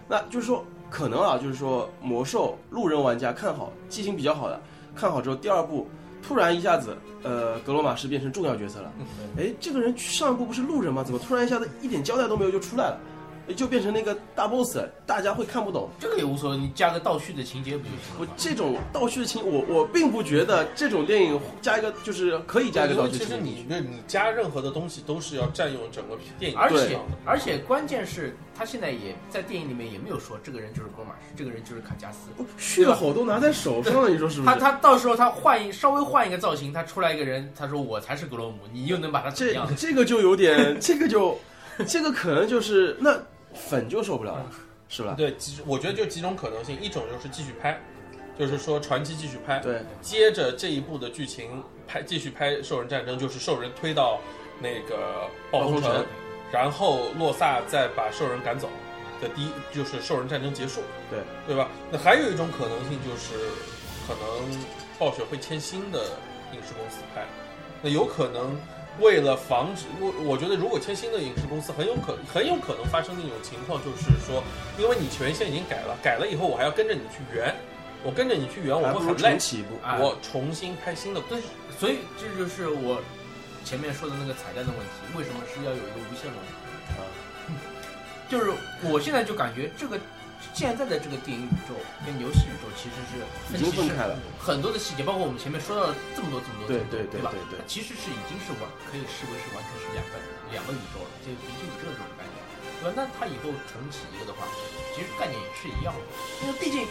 那就是说可能啊，就是说魔兽路人玩家看好记性比较好的，看好之后第二部。突然一下子，呃，格罗马什变成重要角色了。哎，这个人上一部不是路人吗？怎么突然一下子一点交代都没有就出来了，哎就变成那个大 boss 了？大家会看不懂，
这个也无所谓，你加个倒叙的情节不就行了
我
吗？
这种倒叙的情，我我并不觉得这种电影加一个就是可以加一个
因
倒
为
叙
其
情
实
节。
你那你加任何的东西都是要占用整个电影
而
的
对
市
且
场的。
而且关键是，他现在也在电影里面也没有说这个人就是格马什，这个人就是卡加斯。
血吼都拿在手上了，你说是不
他
是？
他到时候他换一稍微换一个造型，他出来一个人，他说我才是格罗姆，你又能把他怎么
这
样？
这个就有点，这个就这个可能就是那粉就受不了了，
嗯
是吧？
对，几我觉得就几种可能性，一种就是继续拍，就是说传奇继续拍，
对
接着这一部的剧情拍继续拍兽人战争，就是兽人推到那个暴
暴
风
风
城
城，
然后洛萨再把兽人赶走的第一就是兽人战争结束，
对
对吧？那还有一种可能性就是，可能暴雪会签新的影视公司拍，那有可能。为了防止我，我觉得如果签新的影视公司，很有可很有可能发生的一种情况，就是说，因为你权限已经改了，改了以后我还要跟着你去圆，我跟着你去圆，我
还
会
不如
很累
重。启一部。
啊
我重新拍新的故
对
事。，
所以这就是我前面说的那个彩蛋的问题，为什么是要有一个无限轮回？
啊
嗯
就是我现在就感觉这个现在的这个电影宇宙跟游戏宇宙其实是
已经分开了，
很多的细节，包括我们前面说到的这么多这么多，
对
这么多
对
对
对
吧？
对对
其实是已经是完可以视为是完全是两个两个宇宙了，这平行宇宙这种概念，对吧？那它以后重启一个的话，其实概念也是一样的，因为毕竟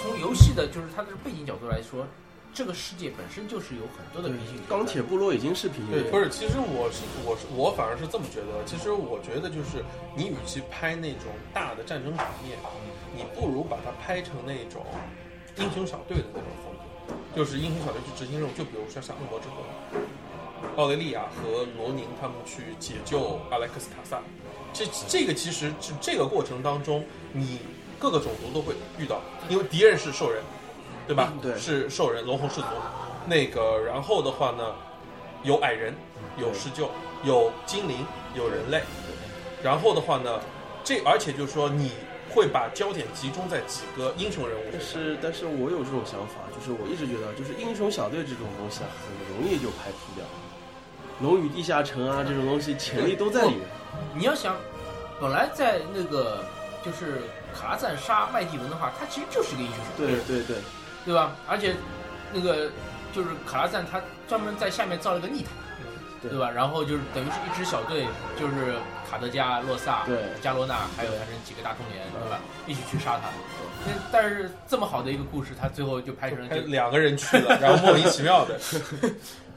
从游戏的就是它的背景角度来说，这个世界本身就是有很多的
对
平行宇宙在的。
钢铁部落已经是平行
对，
宇宙
不是，其实我是我是我反而是这么觉得。其实我觉得就是，你与其拍那种大的战争场面，你不如把它拍成那种英雄小队的那种风格，就是英雄小队去执行任务。就比如说像恶魔之魂，奥雷利亚和罗宁他们去解救阿莱克斯塔萨，这这个其实是这个过程当中，你各个种族都会遇到，因为敌人是兽人，对吧？
对
是兽人，龙红氏族。那个，然后的话呢，有矮人，有狮鹫，有精灵，有人类。然后的话呢，这而且就是说你会把焦点集中在几个英雄人物
但
身上。
是，但是我有这种想法，就是我一直觉得，就是英雄小队这种东西啊，很容易就排除掉。龙与地下城啊，这种东西潜力都在里面。
哦
你要想，本来在那个就是卡拉赞杀麦蒂文的话，他其实就是一个英雄小队，
对对对，
对吧？而且那个就是卡拉赞他专门在下面造了个逆塔，
对
对吧？然后就是等于是一支小队，就是卡德加、洛萨、
对
加罗纳，还有他这几个大中年，对吧？一起去杀他。那但是这么好的一个故事，他最后就拍成了
还
这
有
个
两个人去了，然后莫名其 妙的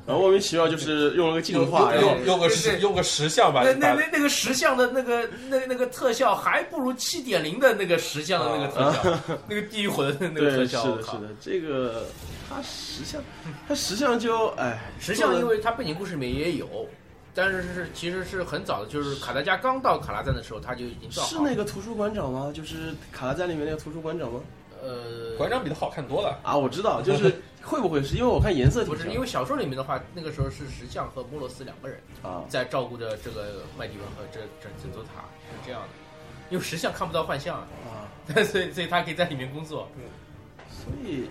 然后莫名其妙就是用了个进化，
哎
然后
用用个石用个石像吧，
那
把
那那那个石像的那个那那个特效，还不如七点零的那个石像的那个特效，那个地狱火的那个特
啊对，是
效。我
的，
靠
是的，这个它实像，它实像就哎，
石像
做得
因为它背景故事里面也有，但是是其实是很早的，就是卡达加刚到卡拉赞的时候，他就已经造
是
好了。
那个图书馆长吗？就是卡拉赞里面那个图书馆长吗？
呃，
馆长比他好看多了。
啊，我知道，就是会不会是因为我看颜色挺
不是，
像
因为小说里面的话，那个时候是石像和莫洛斯两个人
啊，
在照顾着这个麦迪文和这这这座塔，是这样的。因为石像看不到幻象啊，
啊，
所以所以他可以在里面工作。
所以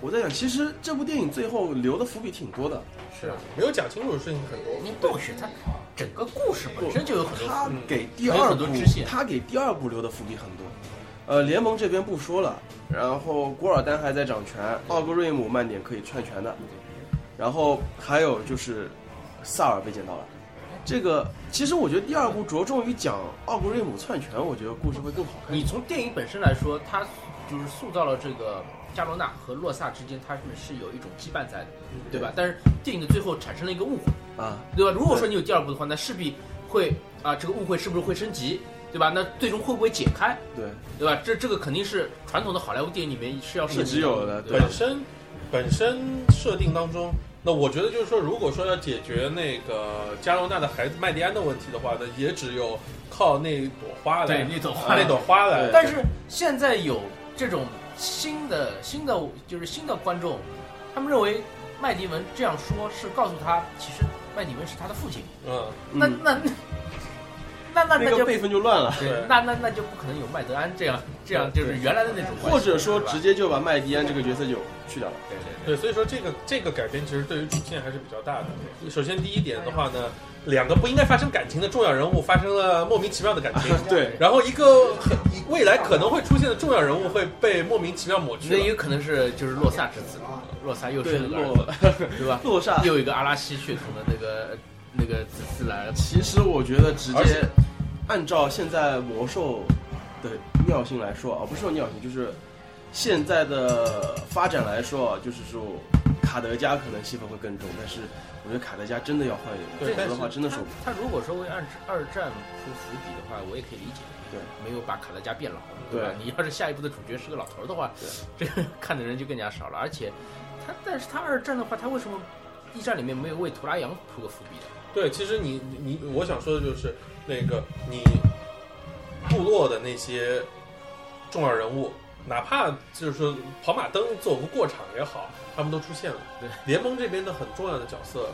我在想，其实这部电影最后留的伏笔挺多的，
是啊，没有讲清楚的事情很多。
你不许他整个故事本身就有很多
他给第
还有
二
很
部
多支线
他给第二部留的伏笔很多。呃，联盟这边不说了，然后古尔丹还在掌权，奥格瑞姆慢点可以篡权的，然后还有就是萨尔被捡到了。这个其实我觉得第二部着重于讲奥格瑞姆篡权，我觉得故事会更好看。
你从电影本身来说，它就是塑造了这个加罗纳和洛萨之间，他们是有一种羁绊在的，对吧？但是电影的最后产生了一个误会，
啊，
对吧？如果说你有第二部的话，那势必会啊、这个误会是不是会升级，对吧？那最终会不会解开，
对，
对吧？这这个肯定是传统的好莱坞电影里面是要设计
一直有的
对吧
本？身本身设定当中，那我觉得就是说，如果说要解决那个加罗纳的孩子麦迪安的问题的话呢，也只有靠那朵花来，啊
对那朵花
那朵花来。
对
但是现在有这种新的新的就是新的观众，他们认为麦迪文这样说是告诉他，其实麦迪文是他的父亲。
嗯，
那
嗯
那那那
那
那
个
就
辈分就乱 了。
对
那那那就不可能有麦德安这样这样就是原来的那种关系，
或者说
对吧
直接就把麦迪安这个角色就去掉了。
对对对
对，所以说这个这个改编其实对于主线还是比较大的。首先第一点的话呢，两个不应该发生感情的重要人物发生了莫名其妙的感情，
对，
然后一个未来可能会出现的重要人物会被莫名其妙抹去
那也
了。
有可能是就是洛萨之子，洛萨又
对，
生了个儿
洛
子，对吧？
洛萨。
又有一个阿拉西血统的那个那个子嗣来了，
其实我觉得直
而
接
且
按照现在魔兽的尿性来说啊，不是说尿性，就是现在的发展来说，啊，就是说卡德加可能戏份会更重，但是我觉得卡德加真的要换一个，
对
否则的话真的
他
受不了。
他如果说为二二战出伏笔的话，我也可以理解。
对，
没有把卡德加变老，
对
吧？你要是下一部的主角是个老头儿的话，这个看的人就更加少了。而且他，但是他二战的话，他为什么一战里面没有为图拉扬铺个伏笔呢？
对，其实你你你我想说的就是那个你部落的那些重要人物，哪怕就是说跑马灯走个过场也好，他们都出现了。
对，
联盟这边的很重要的角色，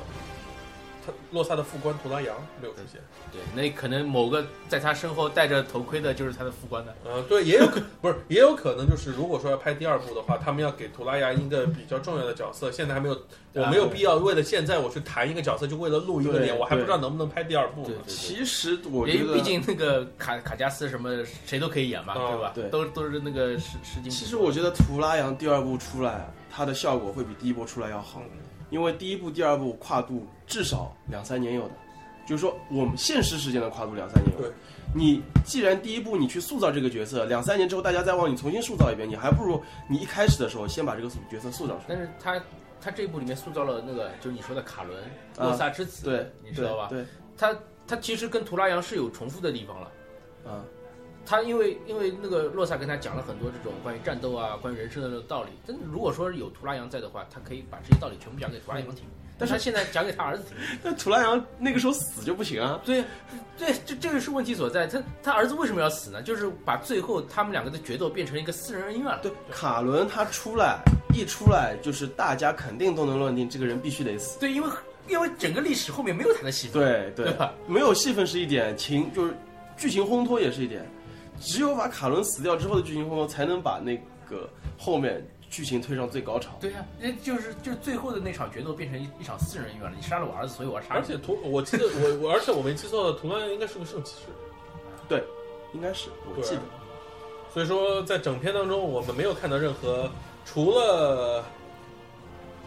他洛萨的副官图拉扬没有出现。
对，那可能某个在他身后戴着头盔的就是他的副官呢。
嗯，对，也有可不是，也有可能就是，如果说要拍第二部的话，他们要给图拉扬一个比较重要的角色，现在还没有，我没有必要为了现在我去谈一个角色，就为了录一个
对
脸，我还不
对
知道能不能拍第二部呢。
其实我觉
因
得，哦
为毕竟那个卡卡加斯什么谁都可以演嘛，
嗯
对吧？
对
都都是那个石石金。
其实我觉得图拉扬第二部出来啊，它的效果会比第一波出来要好，因为第一部、第二部跨度至少两三年有的，就是说我们现实时间的跨度两三年有的
对。
你既然第一步你去塑造这个角色，两三年之后大家再往你重新塑造一遍，你还不如你一开始的时候先把这个角色塑造出来。
但是他他这一部里面塑造了那个就是你说的卡伦
啊
洛萨之子，
对，
你知道吧？
对，
他他其实跟图拉扬是有重复的地方了。
对啊，
他因为因为那个洛萨跟他讲了很多这种关于战斗啊、关于人生的那种道理。但如果说有图拉扬在的话，他可以把这些道理全部讲给图拉扬听。但是他现在讲给他儿子听，
但图拉扬那个时候死就不行啊。
对，对，这这个是问题所在。他他儿子为什么要死呢？就是把最后他们两个的决斗变成一个私人恩怨了。
对，卡伦他出来一出来，就是大家肯定都能认定这个人必须得死。
对，因为因为整个历史后面没有他的戏份。
对对
对吧
没有戏份是一点，情就是剧情烘托也是一点，只有把卡伦死掉之后的剧情风格，才能把那个后面剧情推上最高潮。
对呀、啊那就是就是最后的那场决斗变成一一场私人恩怨了。你杀了我儿子，所以我要杀
而
你。
且图我记得我我而且我没记错的，图兰应该是个圣骑士。
应该是我
对
记得，
所以说，在整片当中，我们没有看到任何除了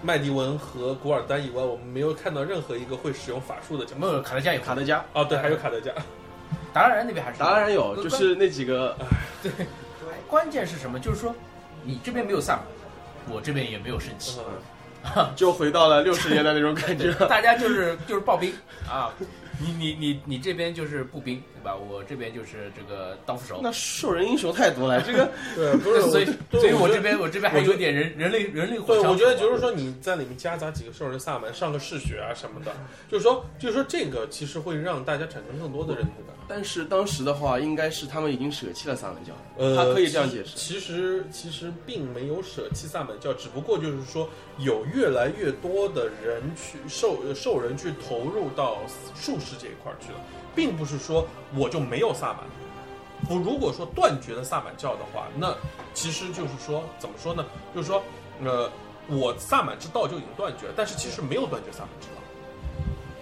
麦迪文和古尔丹以外，我们没有看到任何一个会使用法术的角色。
没有卡德加有
卡德加
哦，对，还有卡德加，
达拉然那边还是有
当然有，就是那几个
关键是什么？就是说你这边没有萨满，我这边也没有圣 骑，
嗯
就回到了六十年代那种感觉。
大家就是就是暴兵 啊。你你你你这边就是步兵对吧？我这边就是这个刀斧手。
那兽人英雄太多了，这个
对，不是，
所以
对
所以
我
我
觉得
这边我这边还有点人人类人类火
对，
枪手
我觉得就是说你在里面夹杂几个圣人萨满，上个嗜血啊什么的，就是说，就是说这个其实会让大家产生更多的认同感。
但是当时的话，应该是他们已经舍弃了萨满教，
呃，
他可以这样解释。
其实其实并没有舍弃萨满教，只不过就是说有越来越多的人去受呃受人去投入到术士这一块儿去了，并不是说我就没有萨满。我如果说断绝了萨满教的话，那其实就是说怎么说呢？就是说呃，我萨满之道就已经断绝了，但是其实没有断绝萨满之道。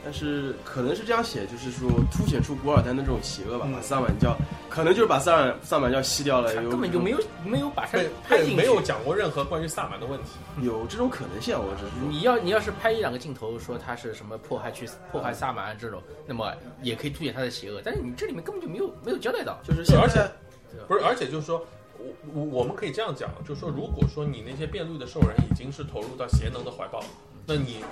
但是可能是这样写，就是说凸显出古尔丹的这种邪恶吧，
嗯
把萨满教可能就是把萨满萨满教吸掉了，
他
有
根本就没有没有把他
对
拍进去，
对，没有讲过任何关于萨满的问题。
有这种可能性啊，我只是说
你要你要是拍一两个镜头说他是什么迫害去迫害萨满这种，那么也可以凸显他的邪恶，但是你这里面根本就没有没有交代到。
就是现
而且
在
不是，而且就是说，我我我们可以这样讲，就是说，如果说你那些变绿的兽人已经是投入到邪能的怀抱，那你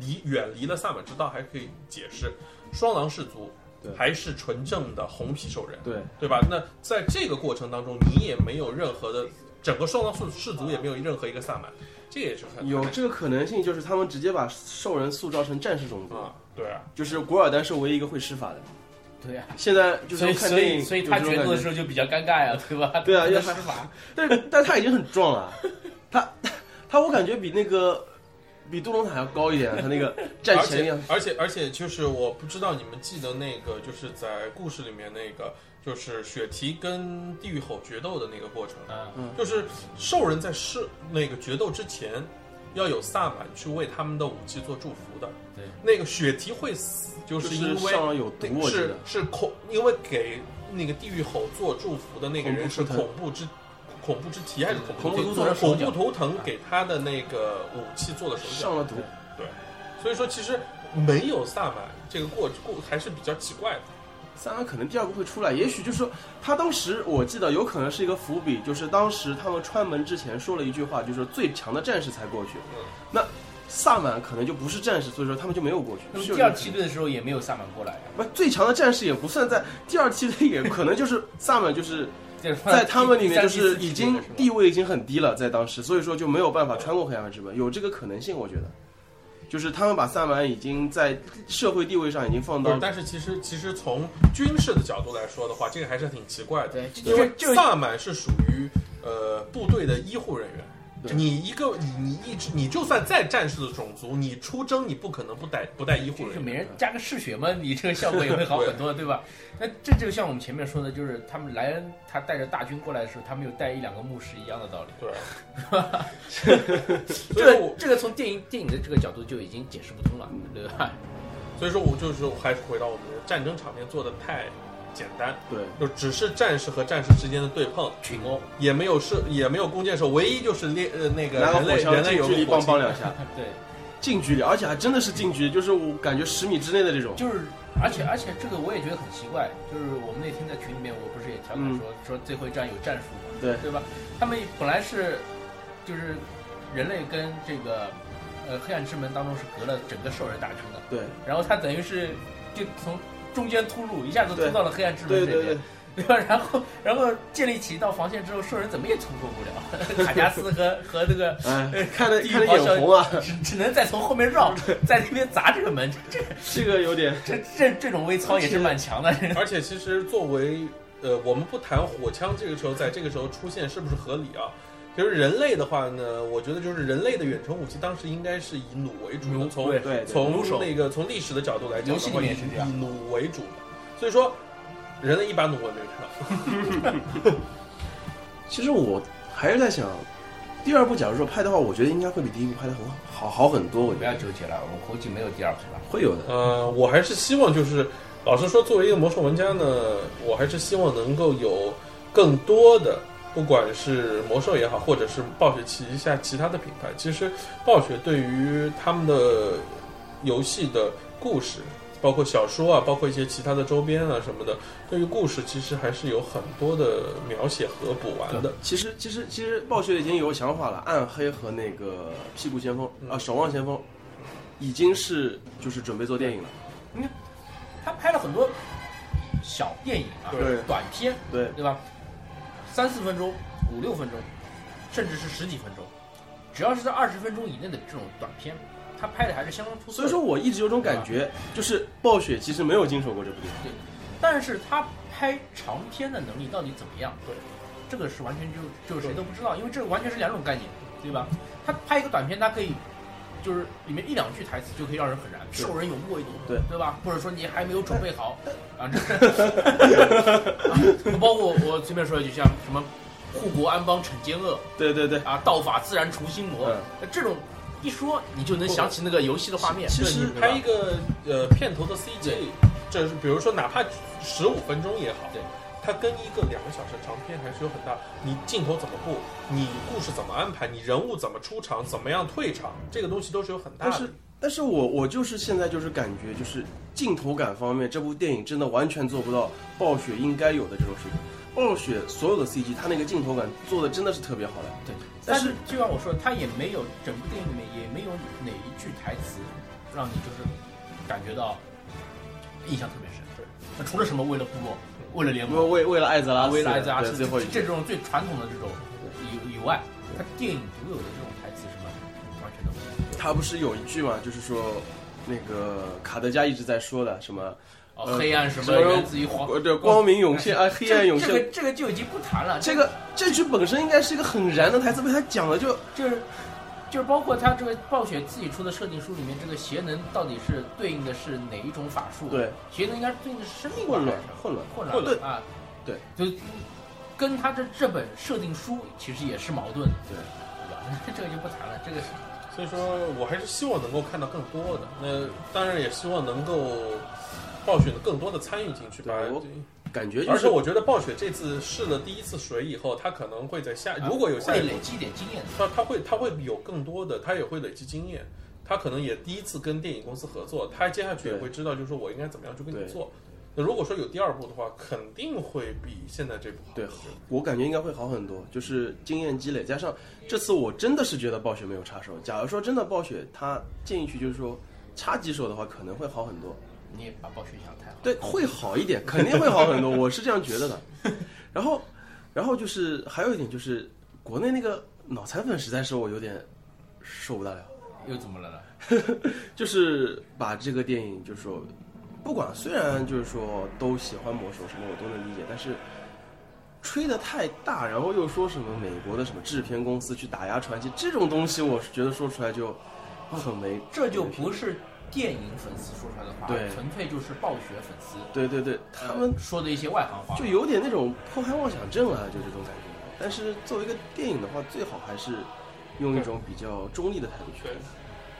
离远离了萨满之道还可以解释，双狼氏族
对
还是纯正的红皮兽人，
对
对吧？那在这个过程当中，你也没有任何的整个双狼氏氏族也没有任何一个萨满，这也是很
有这个可能性，就是他们直接把兽人塑造成战士种族，
啊，对啊，
就是古尔丹是唯一一个会施法的。
对呀、
现在就是
所以
看
所
电影
以所以
有
他
这种
决斗的
感觉
时候就比较尴尬呀、对吧？
对啊
要
要
施法，
但但他已经很壮了，他他我感觉比那个比杜隆塔要高一点，啊他那个站
而
起来
且
一样。
而且而且就是我不知道你们记得那个就是在故事里面那个就是雪提跟地狱吼决斗的那个过程，
嗯，
就是兽人在是那个决斗之前，要有萨满去为他们的武器做祝福的。
对，
那个雪提会死，就
就是
因为
上了有毒，
那
我觉
是
得
是恐，因为给那个地狱吼做祝福的那个人是
恐怖图
恐怖之恐怖之蹄还是恐
恐
怖
怖图
之做
腾
了恐
手
怖
脚
图腾给他的那个武器做了手脚
上。了毒。
所以说，其实没有萨满这个过过还是比较奇怪的。
萨满可能第二部会出来，也许就是说他当时我记得有可能是一个伏笔，就是当时他们穿门之前说了一句话，就是说最强的战士才过去。
嗯
那萨满可能就不是战士，所以说他们就没有过去。
那么
是有
第二
这
梯
个可能
队的时候也没有萨满过来呀、
不，最强的战士也不算在第二梯队，也可能就是萨满，就是
就是放
在他们里
第 三
面就是
第四梯队
已经
的时候
地位已经很低了，在当时，所以说就没有办法穿过黑暗之门，有这个可能性，我觉得，就是他们把萨满已经在社会地位上已经放
不是
到，
但是其实其实从军事的角度来说的话，这个还是挺奇怪的，
对，就
因为
就就
萨满是属于呃部队的医护人员。
对
你一个你你一直你就算再战士的种族，你出征你不可能不带不带医护
就是
人
每
员。
人加个嗜血嘛，你这个效果也会好很多，对吧？那这就像我们前面说的，就是他们莱恩他带着大军过来的时候，他没有带一两个牧师一样的道理。
对，
这
所以说
个
我
这个从电影电影的这个角度就已经解释不通了，对吧？
所以说我就是还是回到我们的战争场面做的太简单，
对，
就只是战士和战士之间的对碰，
群殴，
也没有射，也没有弓箭手，唯一就是猎呃那个
拿个
人
火
类
枪
人类
近
有
距离
个
梆
火
梆
枪，
两下，
哎对，
近距离，而且还真的是近距离，就是我感觉十米之内的这种，
就是而且而且这个我也觉得很奇怪，就是我们那天在群里面，我不是也调侃说、说最后一战有战术嘛，
对
对吧？他们本来是就是人类跟这个呃黑暗之门当中是隔了整个兽人大军的，
对，
然后他等于是就从中间突入，一下子突
对
到了黑暗之门
对
这边，对
对对，
吧？ 然后然后建立起一道防线之后，兽人怎么也突破不了，卡加斯和 和这个
哎，看得
地狱
看得
咆哮
眼红啊，
只只能再从后面绕，在那边砸这个门，这
这个有点，
这这这种微操也是蛮强的。
而且其实作为呃，我们不谈火枪这个时候在这个时候出现是不是合理啊？其实人类的话呢，我觉得就是人类的远程武器当时应该是以弩为主的，从
对对，
从
弩手
那个从历史的角度来讲
游
的
戏里
话，
面
以
也是这样
以弩为主的，所以说人的一把弩我也没有看到。
其实我还是在想，第二部假如说拍的话，我觉得应该会比第一部拍的很好好很多。我觉
不
得
要纠结了，我估计没有第二部了。
会有的。
呃，我还是希望就是，老实说，作为一个魔兽玩家呢，我还是希望能够有更多的，不管是魔兽也好，或者是暴雪旗下其他的品牌，其实暴雪对于他们的游戏的故事。包括小说啊，包括一些其他的周边啊什么的，对于故事其实还是有很多的描写和补完的。
其实其实其实暴雪已经有想法了，暗黑和那个屁股先锋啊，守望先锋，已经是就是准备做电影了。
他拍了很多小电影啊，
对
短片，
对，
对吧？三四分钟、五六分钟，甚至是十几分钟，只要是在二十分钟以内的这种短片，他拍的还是相当出色。
所以说，我一直有种感觉，就是暴雪其实没有经手过这部电影。
但是他拍长片的能力到底怎么样？对，这个是完全就就是谁都不知道，因为这完全是两种概念，对吧？他拍一个短片，他可以就是里面一两句台词就可以让人很燃，
是
受人有目为睹，
对
对吧？或者说你还没有准备 好啊，这啊包括我随便说一句，像什么护国安邦惩奸恶
对对对，
啊，道法自然除心魔，
嗯
那这种一说你就能想起那个游戏的画面。
其实
你拍一个呃片头的 CG，这是比如说哪怕十五分钟也好，
对，
它跟一个两个小时的长片还是有很大。你镜头怎么布，你故事怎么安排，你人物怎么出场，怎么样退场，这个东西都是有很大
但
的。
是但是我我就是现在就是感觉就是镜头感方面，这部电影真的完全做不到暴雪应该有的这种水平。暴雪所有的 CG，它那个镜头感做的真的是特别好的。
对，但
但是
是就像我说，他也没有整部电影里面也没有哪一句台词让你就是感觉到印象特别深。对，那除了什么为了部落，为了联
因为
盟，
为为了艾泽拉斯，
为了爱泽阿
对
斯，
最后一句
这种最传统的这种以以外，他电影独有的这种台词什么完全都没有。
他不是有一句嘛，就是说那个卡德加一直在说的什么，
哦，
呃
黑暗什么
什么
源自于黄哦
呃，对，光明涌现啊，黑暗涌
这个
现。
这个就已经不谈了。
这个这句本身应该是一个很燃的台词，被他讲了就
就是就是包括他这个暴雪自己出的设定书里面，这个邪能到底是对应的是哪一种法术？
对，
邪能应该是对应的是生命吧
混乱
还是
混乱。
混
混
乱
乱
啊，
对，
就跟他这这本设定书其实也是矛盾的，
对
对吧？ 这个就不谈了，这个是
所以说我还是希望能够看到更多的，那当然也希望能够暴雪更多的参与进去吧。
对我感觉就
而且
是
我觉得暴雪这次试了第一次水以后，他可能会在
啊
下如果有下
会
一步
累积一点经验的，
他他会他会有更多的，他也会累积经验，他可能也第一次跟电影公司合作，他接下去也会知道，就是说我应该怎么样去跟你
对
做。那如果说有第二部的话，肯定会比现在这部好。
对，我感觉应该会好很多，就是经验积累，加上这次我真的是觉得暴雪没有插手。假如说真的暴雪他进去就是说插几手的话，可能会好很多。
你也把暴雪想太好。
对，会好一点，肯定会好很多，我是这样觉得的。然后，然后就是还有一点就是，国内那个脑残粉实在是我有点受不大了，
又怎么了呢？
就是把这个电影就是说，不管虽然就是说都喜欢魔兽什么我都能理解，但是吹得太大，然后又说什么美国的什么制片公司去打压传奇这种东西，我是觉得说出来就很没，
这就不是电影粉丝说出来的话，
对
纯粹就是暴雪粉丝
对对对，他们
呃说的一些外行话
就。有点那种迫害妄想症啊，就这种感觉。但是作为一个电影的话，最好还是用一种比较中立的态度去看
对。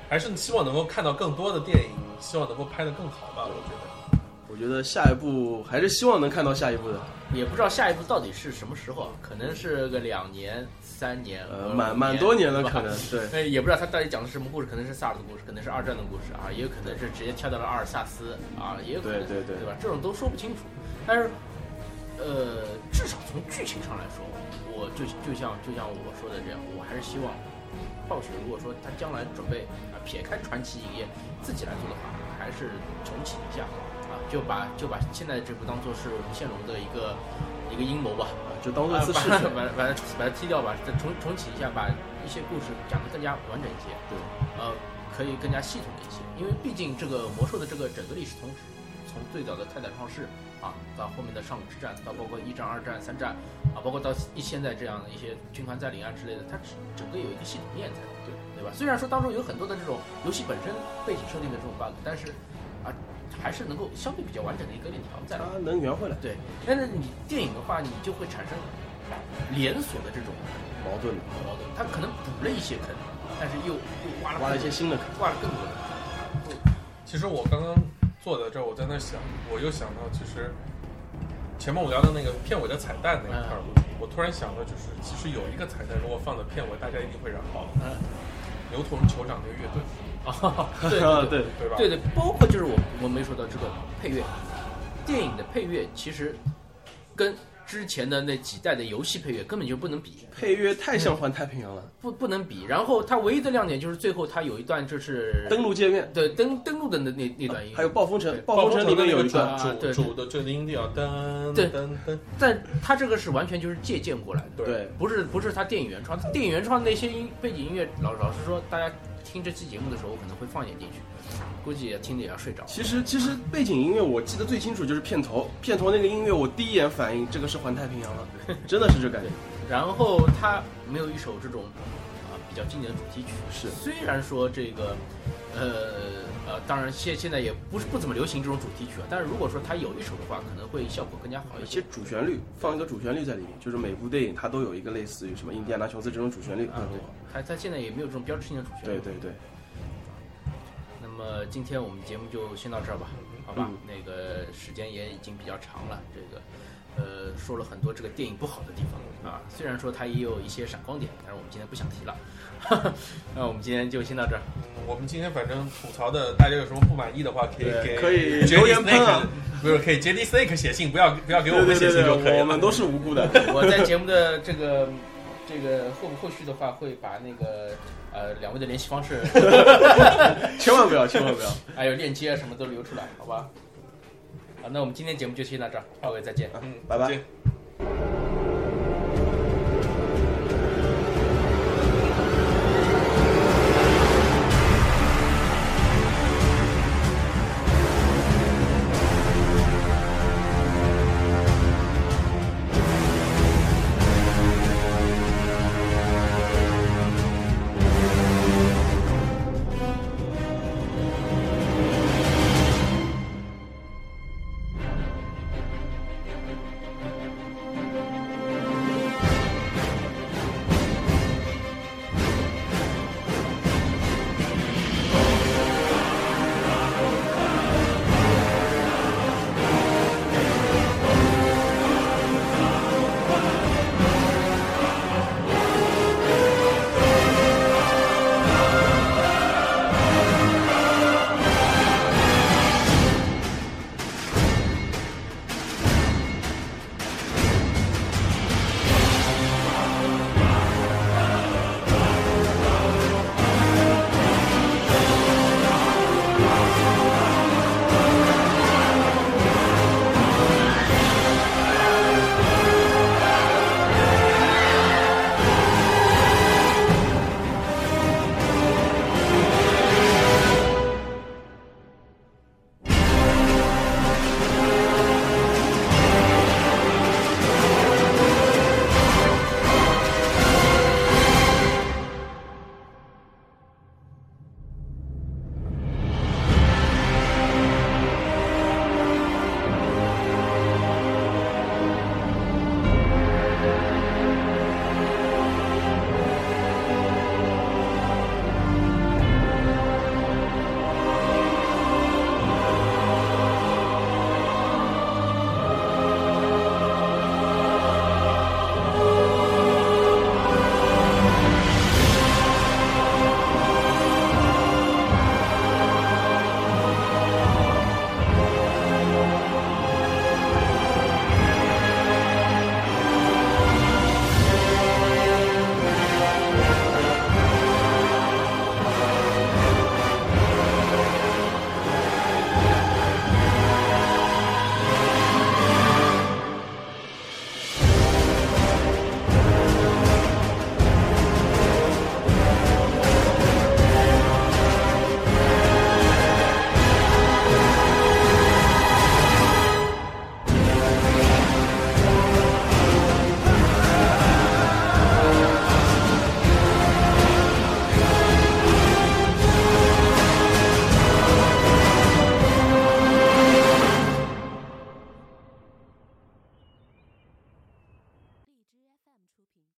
还是希望能够看到更多的电影，希望能够拍得更好吧。我觉得
我觉得下一步还是希望能看到下一步的，
也不知道下一步到底是什么时候，可能是个两年、三年，
呃，
或者
蛮
五
蛮多年了，
对吧
可能 对。
呃，也不知道他到底讲的是什么故事，可能是萨尔的故事，可能是二战的故事啊，也有可能是直接跳到了阿尔萨斯啊，也有可能
对对对
吧？这种都说不清楚。但是，呃，至少从剧情上来说，我就就像就像我说的这样，我还是希望暴雪如果说他将来准备啊撇开传奇影业自己来做的话，还是重启一下啊，就把就把现在这部当做是吴宪荣的一个一个阴谋吧，
啊就当做
啊
一次
把
试
它
水。
把它把它把它踢掉吧，再重重启一下，把一些故事讲得更加完整一些，
对，
呃，可以更加系统一些，因为毕竟这个魔兽的这个整个历史从从最早的泰坦创世啊，到后面的上古之战，到包括一战、二战、三战啊，包括到现在这样的一些军团占领啊之类的，它只整个有一个系统链在，对对吧？虽然说当中有很多的这种游戏本身背景设定的这种 bug，但是啊，它还是能够相对比较完整的一个链条在那里。
它能圆回来，
对，但是你电影的话，你就会产生连锁的这种
矛盾的，
矛盾，它可能补了一些坑，但是又又挖了
挖了一
更
些新的坑。
多挖了更多的。
其实我刚刚坐在这儿，我在那想，我又想到，其实前面我聊到那个片尾的彩蛋那一块儿，我突然想到，就是其实有一个彩蛋，如果放在片尾，大家一定会燃爆的。牛头人酋长那个乐队，
啊， 对
啊
对对
对，
对吧？
对对，包括就是我我没说到这个配乐，电影的配乐其实跟之前的那几代的游戏配乐根本就不能比，
配乐太像《环太平洋》了，
不不能比。然后它唯一的亮点就是最后它有一段就是
登陆界面，
对登登陆的那那那嗯段音乐，
还有《暴风城
对》，
《暴风城》里面有一段
啊
主
对
主的这个音调，噔
对
噔噔，
但它这个是完全就是借鉴过来的，
对
对，
不是不是它电影原创，电影原创那些音背景音乐，老老实说，大家听这期节目的时候可能会放一点进去，估计也听着也要睡着。
其实其实背景音乐我记得最清楚就是片头，片头那个音乐我第一眼反应这个是《环太平洋》了，真的是这感觉。
然后它没有一首这种啊、比较经典的主题曲，
是
虽然说这个，呃呃，当然现现在也不是不怎么流行这种主题曲啊，但是如果说它有一首的话，可能会效果更加好一
其
些
实。主旋律放一个主旋律在里面，就是每部电影它都有一个类似于什么《印第安纳琼斯》这种主旋律。
啊，对，它它现在也没有这种标志性的主旋律。
对对对，
那么今天我们节目就先到这儿吧，好吧？
嗯
那个时间也已经比较长了，这个呃说了很多这个电影不好的地方啊，虽然说它也有一些闪光点，但是我们今天不想提了。 那我们今天就先到这儿，
嗯我们今天反正吐槽的，大家有什么不满意的话，可以
对
给
可以
Jelly
留言喷啊
Snake，不是可以 Jelly Snake 写信，不要不要给我
对
们
对
写
对
信就可以
对，我
了
们。都是无辜的。
我在节目的这个这个后后续的话，会把那个呃两位的联系方式
千万不要，千万不要。
还有链接啊什么都留出来，好吧？啊，那我们今天节目就先到这儿，各位再见。
啊
嗯，
拜拜
再见。